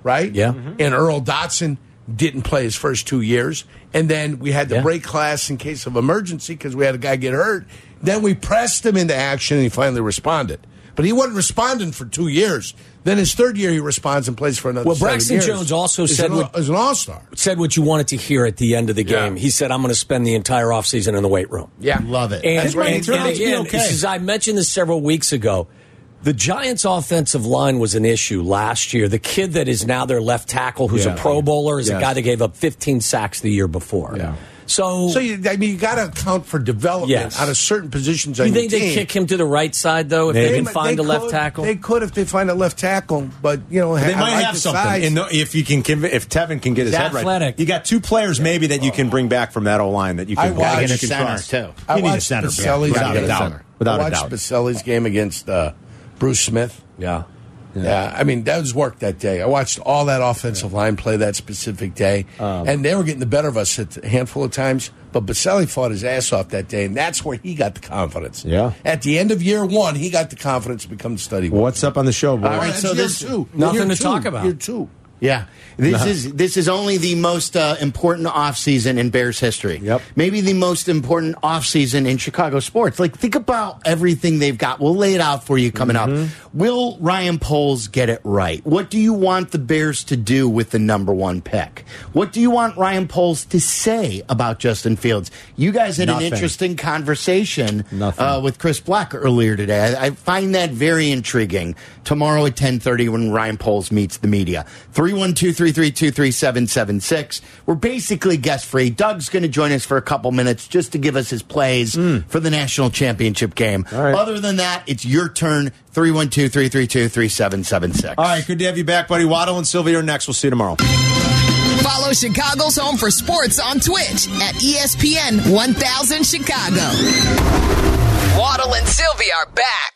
B: right?
C: Yeah. Mhm.
B: And Earl Dotson didn't play his first two years, and then we had to
C: Yeah.
B: break class in case of emergency because we had a guy get hurt. Then we pressed him into action, and he finally responded. But he wasn't responding for two years. Then his third year, he responds and plays for another.
C: Well,
B: seven
C: Braxton
B: years.
C: Jones also
B: He's
C: said
B: an,
C: would-
B: as an all star.
C: Said what you wanted to hear at the end of the
B: Yeah.
C: game. He said, "I'm going to spend the entire offseason in the weight room."
B: Yeah,
D: Love it.
C: And,
B: That's right,
C: and-
B: it's really-
C: and
B: it's been
C: again,
B: okay.
C: this is- I mentioned this several weeks ago. The Giants' offensive line was an issue last year. The kid that is now their left tackle, who's
A: Yeah.
C: a Pro Bowler, is a
A: Yes.
C: guy that gave up 15 sacks the year before.
A: Yeah.
C: So,
B: So you, I mean, you got to account for development
C: Yes.
B: out of certain positions.
C: do
B: on
C: you think
B: your
C: they
B: team.
C: kick him to the right side though if they,
A: They
C: can
B: might-
C: find
B: they
C: a left
B: could-
C: tackle?
B: They could if they find a left tackle, but you know
A: They
B: I
A: might
B: like
A: have
B: the
A: something
B: size.
A: in the, if you can conv- if Tevin can get his
C: He's
A: head right.
C: athletic.
A: You got two players maybe that you can bring back from that O line that you
B: I
A: can
B: watched-
A: you
B: And a
A: can
D: center,
A: trust.
D: too.
B: I
A: You need a
B: watched
A: center yeah,
B: Baselli's
A: without a
B: game.
A: doubt. Without
B: I
A: a
B: watched
A: doubt.
B: Baselli's game against uh, Bruce Smith.
C: yeah.
B: Yeah. I mean that was work that day. I watched all that offensive line play that specific day,
A: Um,
B: and they were getting the better of us at a handful of times. But Baselli fought his ass off that day, and that's where he got the confidence.
A: Yeah.
B: At the end of year one, he got the confidence to become the study. one.
A: What's up on the show, boy?
B: All right,
D: right, so
B: so
D: this-
B: two.
C: nothing
B: Year
C: to
B: two.
C: talk about.
B: Year two.
D: Yeah, this is this is only the most uh, important offseason in Bears history.
A: Yep.
D: Maybe the most important offseason in Chicago sports. Like think about everything they've got. We'll lay it out for you coming
A: Mm-hmm.
D: up. Will Ryan Poles get it right? What do you want the Bears to do with the number 1 pick? What do you want Ryan Poles to say about Justin Fields? You guys had
A: Nothing.
D: an interesting conversation
A: Nothing.
D: Uh, with Chris Black earlier today. I, I find that very intriguing. Tomorrow at ten thirty, when Ryan Poles meets the media, three one two three three two three seven seven six. We're basically guest free. Doug's going to join us for a couple minutes just to give us his plays for the national championship game.
A: Hmm. right.
D: Other than that, it's your turn. Three one two three three two three seven seven six.
A: All right, good to have you back, buddy. Waddle and Sylvia are next. We'll see you tomorrow.
J: Follow Chicago's Home for Sports on Twitch at E ESPN 1000 Chicago. Waddle and Sylvie are back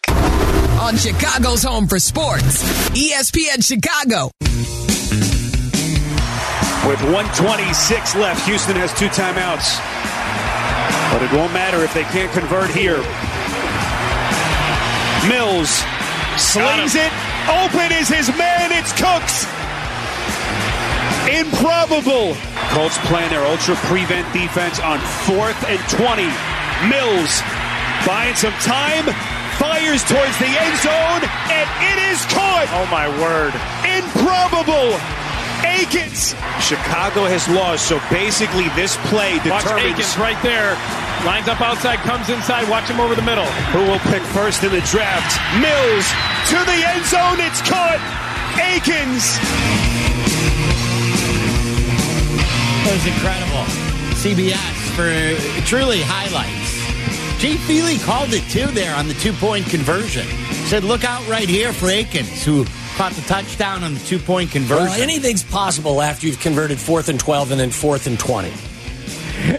J: on Chicago's Home for Sports, E ESPN Chicago.
E: With 126 left, Houston has two timeouts. But it won't matter if they can't convert here. Mills slings it. Open is his man. It's Cooks. Improbable. Colts playing their ultra prevent defense on fourth and 20. Mills buying some time, fires towards the end zone, and it is caught. Oh my word. Improbable. Akins. Chicago has lost, so basically this play
M: Watch
E: determines.
M: Akins right there. Lines up outside, comes inside. Watch him over the middle.
E: who will pick first in the draft. Mills to the end zone. It's caught. Akins.
D: That was incredible. CBS for uh, truly highlights. Jay Feely called it too there on the two point conversion. Said, look out right here for Akins, who caught the touchdown on the two point conversion.
C: Well, anything's possible after you've converted fourth and 12 and then fourth and 20.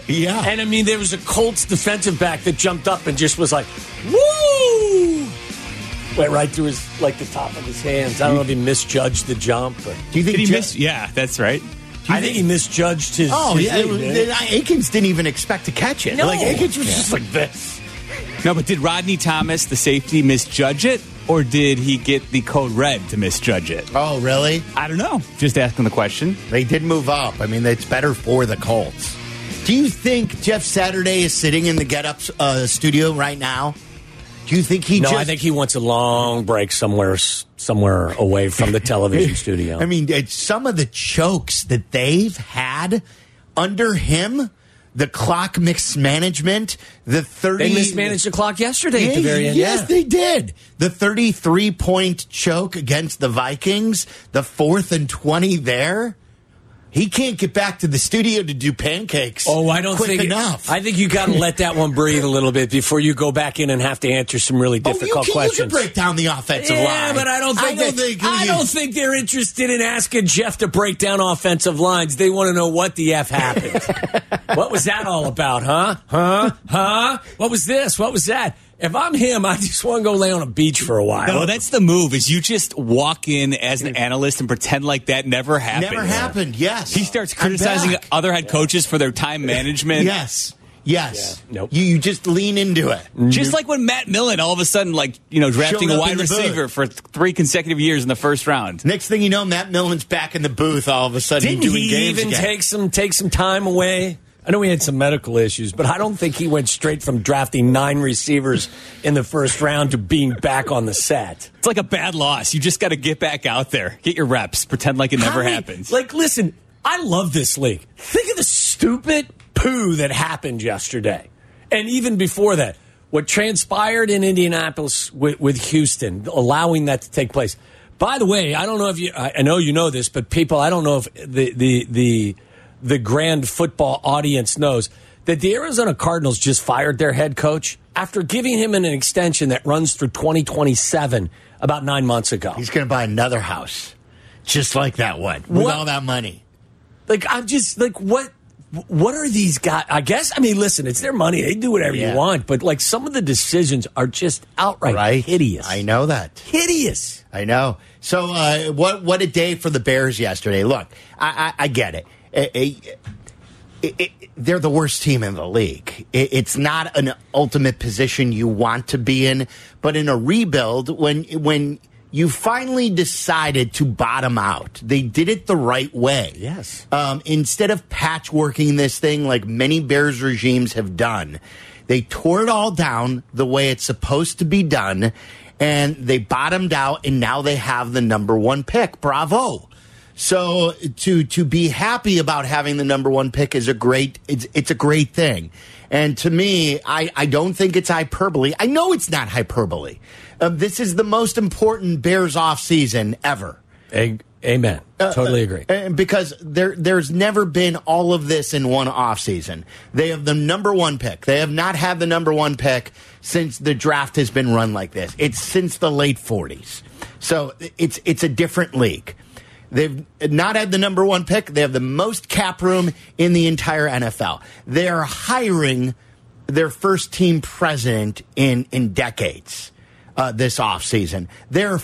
D: Yeah.
C: And I mean, there was a Colts defensive back that jumped up and just was like, woo! Went right through his, like the top of his hands. I don't know if he misjudged the jump. But
D: Do you think
L: Did he
D: Ju-
L: miss? Yeah, that's right.
C: I think he misjudged his.
D: Oh,
C: his
D: yeah.
C: lead,
D: it was-
C: man.
D: I- Akins didn't even expect to catch it.
C: No.
D: Like, Akins was
L: Yeah.
D: just like this.
L: No, but did Rodney Thomas, the safety, misjudge it, or did he get the code red to misjudge it?
D: Oh, really?
L: I don't know. Just asking the question.
D: They did move up. I mean, that's better for the Colts. Do you think Jeff Saturday is sitting in the Get Up uh, studio right now? Do you think he
C: no,
D: just.
C: I think he wants a long break somewhere, s- somewhere away from the television studio.
D: I mean, it's some of the chokes that they've had under him, the clock mismanagement, the 30.
C: they mismanaged the clock yesterday at the
D: Yeah,
C: very end.
D: Yes,
C: yeah.
D: they did. The 33 point choke against the Vikings, the fourth and 20 there. He can't get back to the studio to do pancakes.
C: Oh, I don't
D: quick
C: think
D: enough.
C: I think you got to let that one breathe a little bit before you go back in and have to answer some really
D: Oh, you
C: difficult
D: can, you can
C: questions.
D: break down the offensive line.
C: yeah, but I don't think,
D: I don't
C: they-
D: think,
C: I don't think they're interested in asking Jeff to break down offensive lines. They want to know what the f happened. what was that all about, huh? Huh? Huh? What was this? What was that? If I'm him, I just want to go lay on a beach for a while.
L: No, that's the move. Is you just walk in as an analyst and pretend like that never happened.
D: never happened. Yes,
L: He starts
D: I'm
L: criticizing
D: back.
L: other head coaches for their time management.
D: Yes, yes.
C: Yeah, nope. Mm-hmm.
D: You you just lean into it.
L: Just like when Matt Millen all of a sudden, like, you know, drafting
D: Showed
L: a
D: up
L: wide
D: in the booth.
L: receiver for th- three consecutive years in the first round.
D: Next thing you know, Matt Millen's back in the booth. All of a sudden,
C: Didn't
D: doing
C: he
D: games
C: even
D: again.
C: take some take some time away? I know he had some medical issues, but I don't think he went straight from drafting nine receivers in the first round to being back on the set.
L: It's like a bad loss. You just got to get back out there, get your reps, pretend like it never
C: How many-
L: happens.
C: Like, listen, I love this league. Think of the stupid poo that happened yesterday, and even before that, what transpired in Indianapolis with, with Houston, allowing that to take place. By the way, I don't know if you, I, I know you know this, but people, I don't know if the the the the grand football audience knows that the Arizona Cardinals just fired their head coach after giving him an extension that runs through 2027 about nine months ago.
D: He's going to buy another house, just like that one, with
C: What?
D: all that money.
C: Like I'm just like what what are these guys? I guess I mean listen, it's their money. They do whatever
D: Yeah.
C: you want, but like some of the decisions are just outright
D: Right?
C: hideous.
D: I know that.
C: Hideous.
D: I know. So uh, what? What a day for the Bears yesterday. Look, I, I, I get it. I- I- it, it, they're the worst team in the league. It, it's not an ultimate position you want to be in, but in a rebuild, when when you finally decided to bottom out, they did it the right way.
C: Yes.
D: Um, instead of patchworking this thing like many Bears regimes have done, they tore it all down the way it's supposed to be done, and they bottomed out, and now they have the number one pick. Bravo. So to to be happy about having the number one pick is a great it's it's a great thing, and to me, I I don't think it's hyperbole. I know it's not hyperbole. Um, this is the most important Bears off season ever. Uh,
C: A- Amen. totally agree.
D: And because there there's never been all of this in one offseason. They have the number one pick. They have not had the number one pick since the draft has been run like this. It's since the late forties. So it's it's a different league. They've not had the number one pick. They have the most cap room in the entire NFL. They're hiring their first team president in in decades uh, this offseason. They're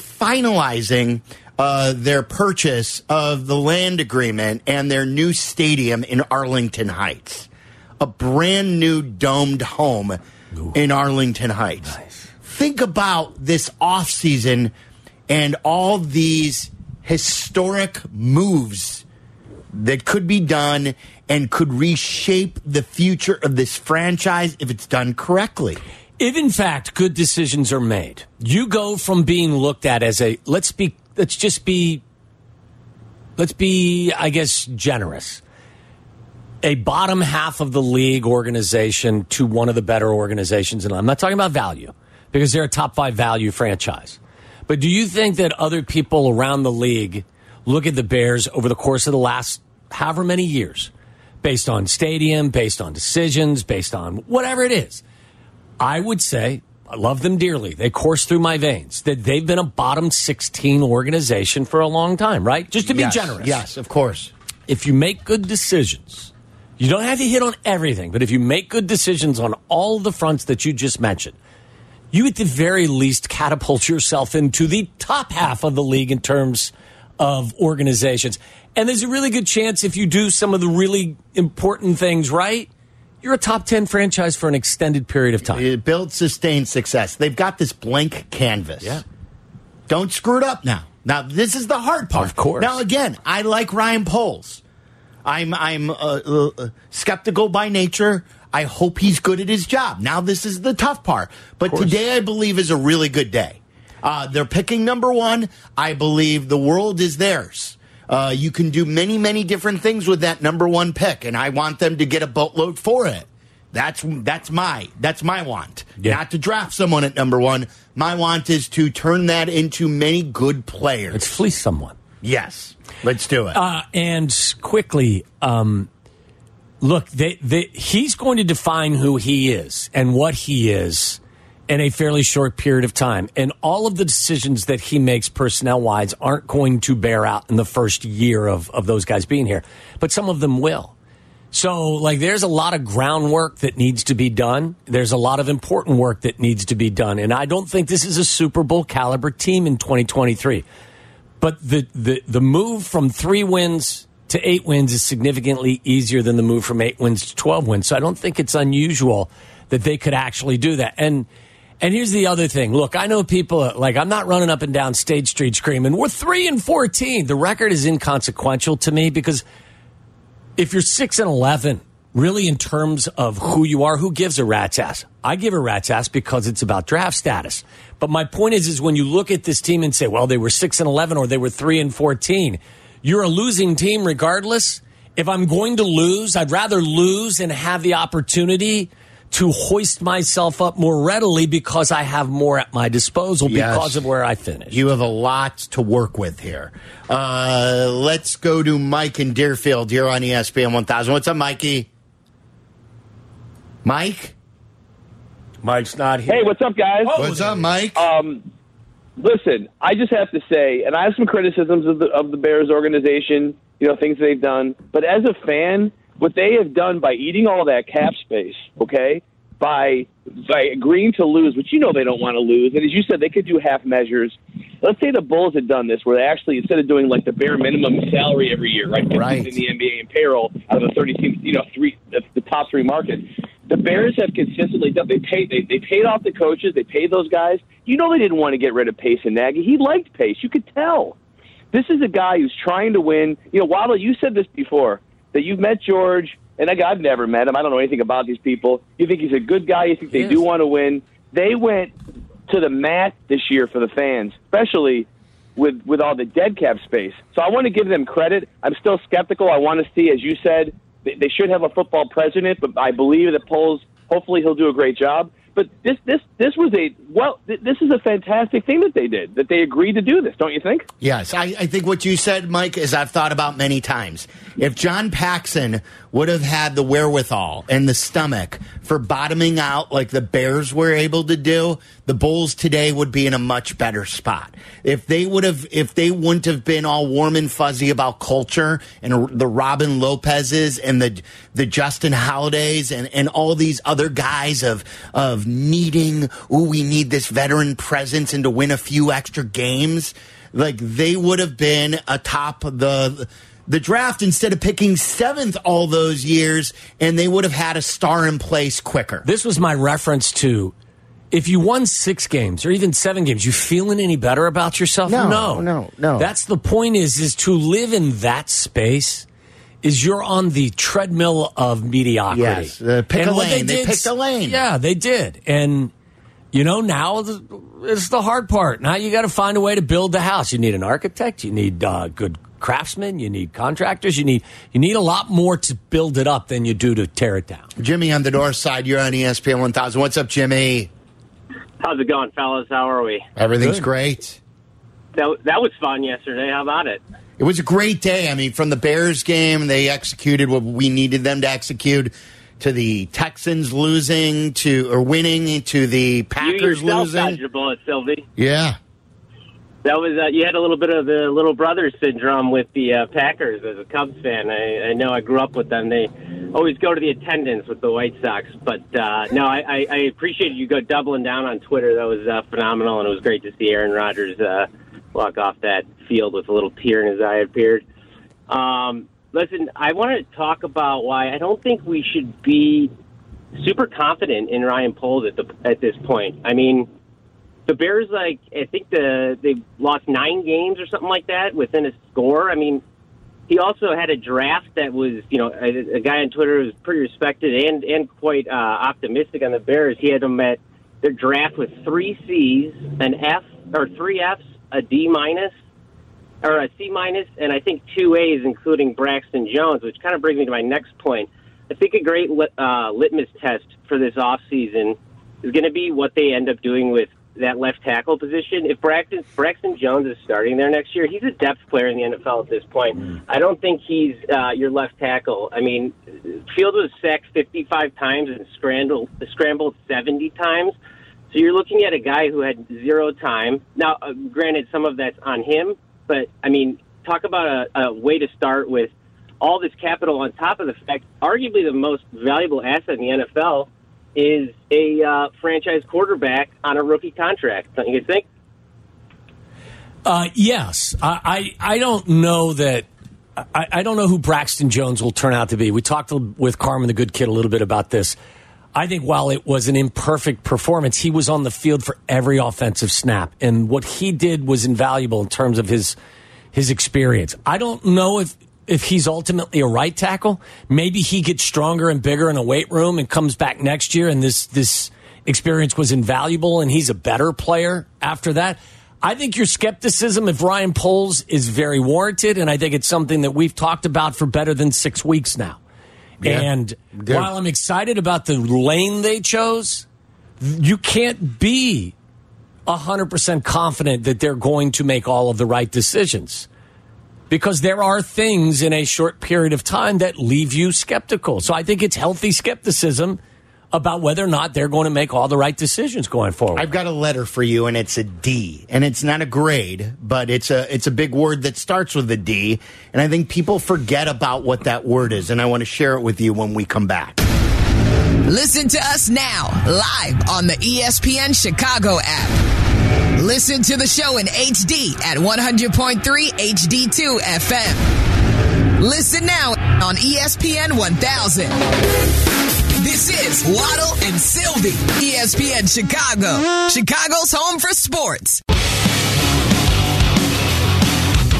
D: finalizing uh, their purchase of the land agreement and their new stadium in Arlington Heights, a brand new domed home in Arlington Heights. think about this offseason and all these historic moves that could be done and could reshape the future of this franchise if it's done correctly.
C: If in fact good decisions are made, you go from being looked at as a let's be let's just be let's be I guess generous. A bottom half of the league organization to one of the better organizations and I'm not talking about value because they're a top 5 value franchise. But do you think that other people around the league look at the Bears over the course of the last however many years based on stadium, based on decisions, based on whatever it is? I would say I love them dearly. They course through my veins. That they've been a bottom 16 organization for a long time, right? Just to be
D: Yes,
C: generous.
D: Yes, of course.
C: If you make good decisions, you don't have to hit on everything, but if you make good decisions on all the fronts that you just mentioned, you at the very least catapult yourself into the top half of the league in terms of organizations. And there's a really good chance if you do some of the really important things right, you're a top 10 franchise for an extended period of time.
D: It builds sustained success. They've got this blank canvas. Yeah. Don't screw it up now. Now this is the hard part. Of course. Now again, I like Ryan Poles. I'm I'm uh, uh, skeptical by nature. I hope he's good at his job. Now this is the tough part. But today I believe is a really good day. Uh, they're picking number one. I believe the world is theirs. Uh, you can do many many different things with that number one pick, and I want them to get a boatload for it. That's that's my that's my want. Not to draft someone at number one. My want is to turn that into many good players. Let's
C: fleece someone.
D: Yes, let's do it.
C: Uh, and quickly, um, look, they, they, he's going to define who he is and what he is in a fairly short period of time. And all of the decisions that he makes personnel wise aren't going to bear out in the first year of, of those guys being here, but some of them will. So, like, there's a lot of groundwork that needs to be done. There's a lot of important work that needs to be done. And I don't think this is a Super Bowl caliber team in 2023. But the, the, the move from three wins to eight wins is significantly easier than the move from eight wins to 12 wins. So I don't think it's unusual that they could actually do that. And, and here's the other thing. Look, I know people, like, I'm not running up and down State Street screaming, we're three and 14. The record is inconsequential to me because if you're six and eleven, really in terms of who you are, who gives a rat's ass? I give a rat's ass because it's about draft status. But my point is, is when you look at this team and say, well, they were six and eleven or they were three and fourteen, you're a losing team regardless. If I'm going to lose, I'd rather lose and have the opportunity to hoist myself up more readily because I have more at my disposal
D: Yes.
C: because of where I finish.
D: You have a lot to work with here. Uh, let's go to Mike in Deerfield here on E ESPN 1000. What's up, Mikey? Mike?
C: Mike's not
N: Hey, what's up, guys?
D: what's up, Mike?
N: Um, listen, I just have to say, and I have some criticisms of the of the Bears organization. You know, things they've done, but as a fan, what they have done by eating all that cap space, okay, by by agreeing to lose, which you know they don't want to lose, and as you said, they could do half measures. Let's say the Bulls had done this, where they actually instead of doing like the bare minimum salary every year, right, right. in the NBA in payroll out of the thirty teams, you know, three the, the top three markets. The Bears have consistently done. They paid. They, they paid off the coaches. They paid those guys. You know they didn't want to get rid of Pace and Nagy. He liked Pace. You could tell. This is a guy who's trying to win. You know, Waddle. You said this before that you've met George, and that guy, I've never met him. I don't know anything about these people. You think he's a good guy. You think they do want to win. They went to the mat this year for the fans, especially with with all the dead cap space. So I want to give them credit. I'm still skeptical. I want to see, as you said, they, they should have a football president, but I believe that polls. Hopefully, he'll do a great job. But this this this was a well. Th- this is a fantastic thing that they did. That they agreed to do this. Don't you think?
D: Yes, I, I think what you said, Mike, is I've thought about many times. If John Paxson would have had the wherewithal and the stomach for bottoming out like the Bears were able to do, the Bulls today would be in a much better spot. If they would have, if they wouldn't have been all warm and fuzzy about culture and the Robin Lopez's and the the Justin Holidays and and all these other guys of of needing, ooh, we need this veteran presence and to win a few extra games like they would have been atop the the draft instead of picking seventh all those years, and they would have had a star in place quicker.
C: This was my reference to If you won six games or even seven games, you feeling any better about yourself?
D: No,
C: no,
D: no, no.
C: That's the point. Is is to live in that space. Is you're on the treadmill of mediocrity.
D: Yes, uh, pick
C: and
D: a
C: what
D: lane. They
C: did-
D: picked a lane.
C: Yeah, they did. And you know now th- it's the hard part. Now you got to find a way to build the house. You need an architect. You need uh, good craftsmen. You need contractors. You need you need a lot more to build it up than you do to tear it down.
D: Jimmy on the north side, you're on E ESPN 1000. What's up, Jimmy?
O: How's it going, fellas? How are we?
D: Everything's great.
O: That, that was fun yesterday. How about it?
D: It was a great day. I mean, from the Bears game, they executed what we needed them to execute. To the Texans losing, to or winning, to the
O: you
D: Packers
O: yourself
D: losing.
O: dodged a bullet, Sylvie.
D: Yeah,
O: That was uh, you had a little bit of the little brother syndrome with the uh, Packers as a Cubs fan. I, I know I grew up with them. They always go to the attendance with the White Sox, but uh, no, I, I, I appreciate you go doubling down on Twitter. That was uh, phenomenal, and it was great to see Aaron Rodgers uh, walk off that field with a little tear in his eye. It appeared. Um, listen, I want to talk about why I don't think we should be super confident in Ryan Poles at the at this point. I mean the Bears, like I think the they lost nine games or something like that within a score. I mean, he also had a draft that was, you know, a, a guy on Twitter who was pretty respected and and quite uh, optimistic on the Bears. He had them at their draft with three C's, an F or three Fs, a D minus, or a C minus, and I think two A's, including Braxton Jones, which kind of brings me to my next point. I think a great lit, uh, litmus test for this offseason is going to be what they end up doing with that left tackle position. If Braxton, Braxton Jones is starting there next year, he's a depth player in the NFL at this point. I don't think he's uh, your left tackle. I mean, Field was sacked 55 times and scrambled, scrambled 70 times. So you're looking at a guy who had zero time. Now, uh, granted, some of that's on him, but I mean, talk about a, a way to start with all this capital on top of the fact, arguably the most valuable asset in the NFL is a uh, franchise quarterback on a rookie contract. Don't you think?
C: Uh, yes, I, I I don't know that. I, I don't know who Braxton Jones will turn out to be. We talked a- with Carmen the Good Kid a little bit about this. I think while it was an imperfect performance, he was on the field for every offensive snap, and what he did was invaluable in terms of his his experience. I don't know if if he's ultimately a right tackle. Maybe he gets stronger and bigger in a weight room and comes back next year, and this this experience was invaluable, and he's a better player after that. I think your skepticism of Ryan Poles is very warranted, and I think it's something that we've talked about for better than six weeks now.
A: Yeah.
C: And
A: Dude.
C: while I'm excited about the lane they chose, you can't be 100% confident that they're going to make all of the right decisions because there are things in a short period of time that leave you skeptical. So I think it's healthy skepticism about whether or not they're going to make all the right decisions going forward.
D: I've got a letter for you, and it's a D, and it's not a grade, but it's a it's a big word that starts with a D, and I think people forget about what that word is, and I want to share it with you when we come back.
J: Listen to us now, live on the E ESPN Chicago app. Listen to the show in HD at 100.3 HD2 FM. Listen now on E ESPN 1000. This is Waddle and Sylvie, E ESPN Chicago, Chicago's home for sports.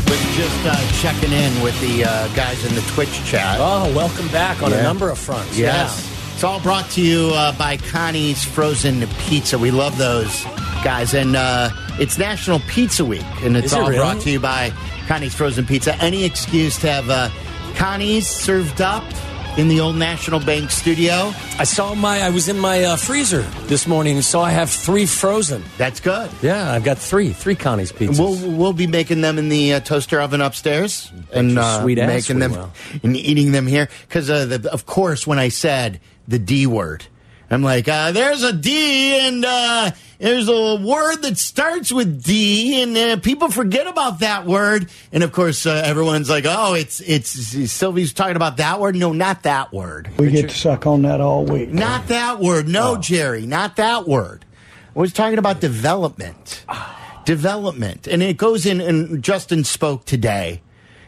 D: But just uh, checking in with the uh, guys in the Twitch chat.
C: Oh, welcome back on a
D: Yeah.
C: number of fronts.
D: Yes.
C: Yeah.
D: It's all brought to you uh, by Connie's Frozen Pizza. We love those guys. And uh, it's National Pizza Week. And it's
P: Is it
D: all
P: really?
D: brought to you by Connie's Frozen Pizza. Any excuse to have uh, Connie's served up in the old National Bank studio.
C: I saw my, I was in my uh, freezer this morning, so I have three frozen.
D: That's good.
C: Yeah, I've got three, three Connie's pizzas.
D: We'll, we'll be making them in the uh, toaster oven upstairs and
C: your
D: uh,
C: sweet ass
D: making
C: we
D: them
C: will.
D: and eating them here. Because, uh, the- of course, when I said the D word, I'm like, uh, there's a D and uh, there's a word that starts with D, and uh, people forget about that word. And, of course, uh, everyone's like, oh, it's, it's Sylvie's talking about that word. No, not that word.
E: We get to suck on that all week.
D: Not that word. No, Jerry, not that word. I was talking about development. development. And it goes in, and Justin spoke today.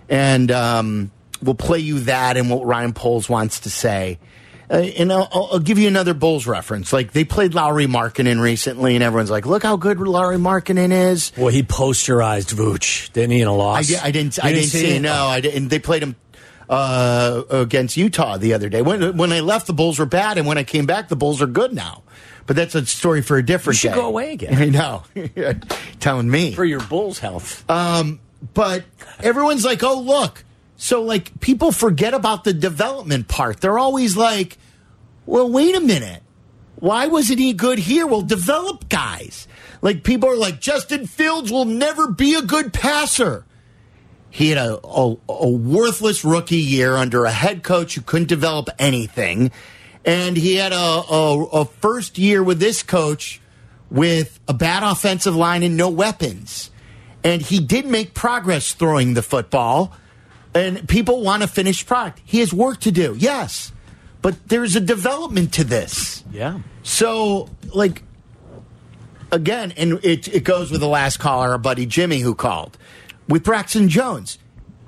D: And um, we'll play you that and what Ryan Poles wants to say. uh, and I'll, I'll- I'll give you another Bulls reference. Like they played Lowry Markkinen recently, and everyone's like, "Look how good Lowry Markkinen is."
C: Well, he posterized Vooch, didn't he, in a
D: I,
C: loss?
D: di- I didn't. I didn't, see. it.
C: Oh.
D: No, I didn't. They played him uh, against Utah the other day. When when I left, the Bulls were bad, and when I came back, the Bulls are good now. But that's a story for a different
C: You should
D: day.
C: go away again.
D: I know. You're Telling me
C: For your Bulls health.
D: um, but everyone's like, oh, look. So, like, people forget about the development part. They're always like, well, wait a minute. Why wasn't he good here? Well, develop guys. Like, people are like, Justin Fields will never be a good passer. He had a, a, a worthless rookie year under a head coach who couldn't develop anything. And he had a, a, a first year with this coach with a bad offensive line and no weapons. And he did make progress throwing the football. And people want a finished product. He has work to do, yes. But there's a development to this.
C: Yeah.
D: So, like, again, and it, it goes with the last caller, our buddy Jimmy, who called with Braxton Jones.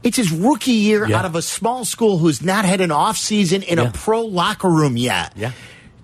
D: It's his rookie year
C: Yeah.
D: out of a small school who's not had an offseason in
C: Yeah.
D: a pro locker room yet.
C: Yeah.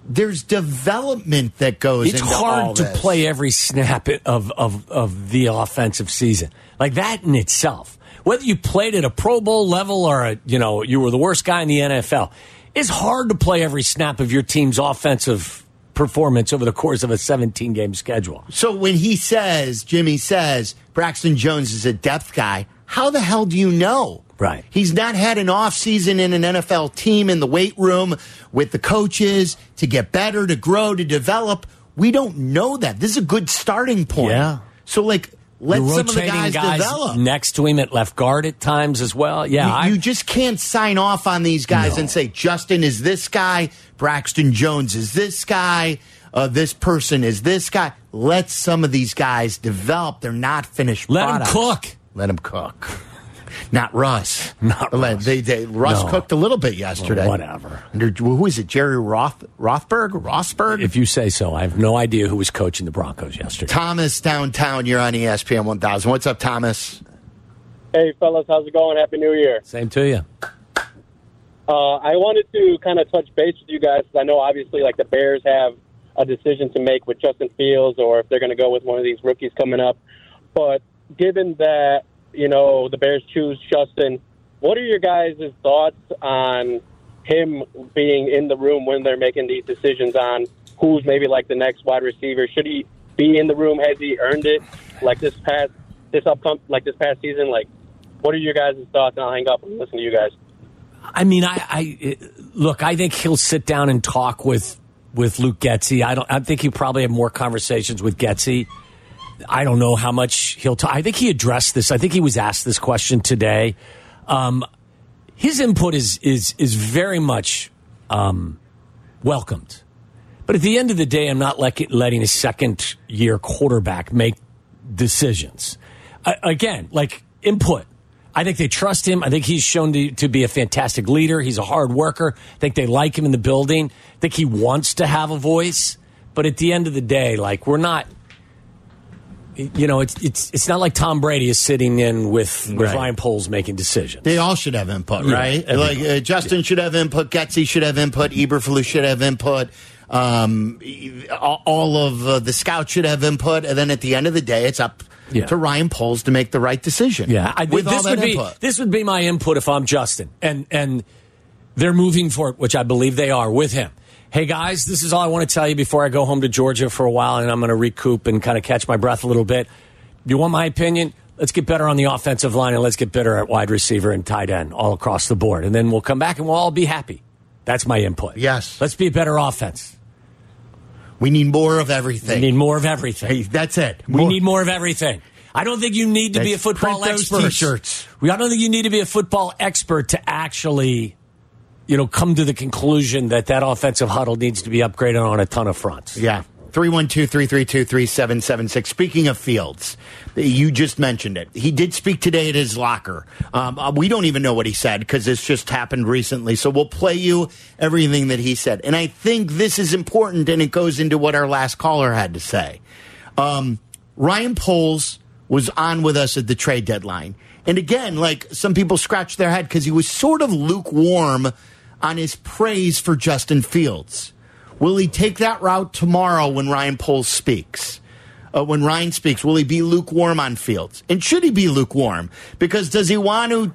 D: There's development that goes
C: It's
D: into all
C: hard to
D: this.
C: play every snap it- of, of, of the offensive season. Like that in itself, whether you played at a Pro Bowl level or a, you know you were the worst guy in the NFL, it's hard to play every snap of your team's offensive performance over the course of a 17 game schedule.
D: So when he says, Jimmy says, Braxton Jones is a depth guy, how the hell do you know?
C: Right.
D: He's not had an offseason in an NFL team in the weight room with the coaches to get better, to grow, to develop. We don't know that. This is a good starting point.
C: Yeah.
D: So, like, let
C: You're
D: some of the
C: rotating
D: guys, develop.
C: next to him at left guard at times as well. Yeah,
D: you,
C: I-
D: you just can't sign off on these guys and say Justin is this guy, Braxton Jones is this guy, uh, this person is this guy. Let some of these guys develop. They're not finished.
C: Let 'em
D: products.
C: cook.
D: Let them cook. Not Russ.
C: Not
D: Let- They, they, Russ
C: No.
D: cooked a little bit yesterday.
C: Well, whatever.
D: Under, who is it? Jerry Roth, Rothberg? Rossberg?
C: if you say so, I have no idea who was coaching the Broncos yesterday.
D: Thomas downtown. You're on E ESPN 1000. What's up, Thomas?
P: Hey, fellas, how's it going? Happy New Year.
C: Same to you.
P: Uh, I wanted to kind of touch base with you guys 'cause I know obviously like the Bears have a decision to make with Justin Fields or if they're going to go with one of these rookies coming up. But given that you know the Bears choose Justin, what are your guys' thoughts on him being in the room when they're making these decisions on who's maybe like the next wide receiver? Should he be in the room? Has he earned it? Like this past this upcom like this past season, like. What are your guys' thoughts? And I'll hang up and listen to you guys.
C: I mean, I, I it- look. I think he'll sit down and talk with with Luke Getzey. I don't. I think he probably have more conversations with Getzey. I don't know how much he'll talk. I think he addressed this. I think he was asked this question today. Um, his input is is is very much um, welcomed. But at the end of the day, I'm not like letting a second year quarterback make decisions. I, again, like input. I think they trust him. I think he's shown to, to be a fantastic leader. He's a hard worker. I think they like him in the building. I think he wants to have a voice. But at the end of the day, like we're not, you know, it's it's it's not like Tom Brady is sitting in with, with
D: Right.
C: Ryan Poles making decisions.
D: They all should have input,
C: Yeah,
D: right?
C: everyone.
D: Like uh, Justin should have input, Getzey should have input, Eberflus should have input, um, e- all, all of uh, the scouts should have input, and then at the end of the day, it's up
C: Yeah.
D: to Ryan Poles to make the right decision.
C: Yeah, I,
D: with
C: this
D: all that
C: would
D: input.
C: be this would be my input if I'm Justin, and and they're moving for it, which I believe they are with him. Hey guys, this is all I want to tell you before I go home to Georgia for a while, and I'm going to recoup and kind of catch my breath a little bit. You want my opinion? Let's get better on the offensive line, and let's get better at wide receiver and tight end all across the board, and then we'll come back and we'll all be happy. That's my input.
D: Yes.
C: let's be a better offense.
D: we need more of everything.
C: We need more of everything.
D: Hey, that's it.
C: We need more of everything. I don't think you need to be a
D: That's-
C: football
D: print those
C: expert.
D: t-shirts.
C: We- I don't think you need to be a football expert to actually, you know, come to the conclusion that that offensive huddle needs to be upgraded on a ton of fronts.
D: Yeah. 312 332 3776. Speaking of Fields, you just mentioned it. He did speak today at his locker. Um, uh, we don't even know what he said because this just happened recently. So we'll play you everything that he said. And I think this is important and it goes into what our last caller had to say. Um, Ryan Poles was on with us at the trade deadline. And again, like some people scratched their head because he was sort of lukewarm on his praise for Justin Fields. Will he take that route tomorrow when Ryan Poles speaks? Uh, when Ryan speaks, will he be lukewarm on Fields? And should he be lukewarm? Because does he want to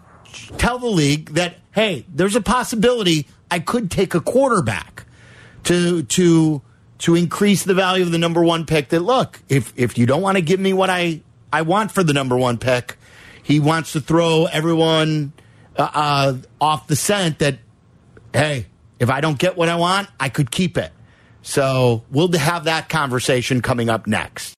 D: tell the league that, hey, there's a possibility I could take a quarterback to, to, to increase the value of the number one pick that look, if, if you don't want to give me what I, I want for the number one pick, he wants to throw everyone uh, uh, off the scent that, hey, if I don't get what I want, I could keep it. So we'll have that conversation coming up next.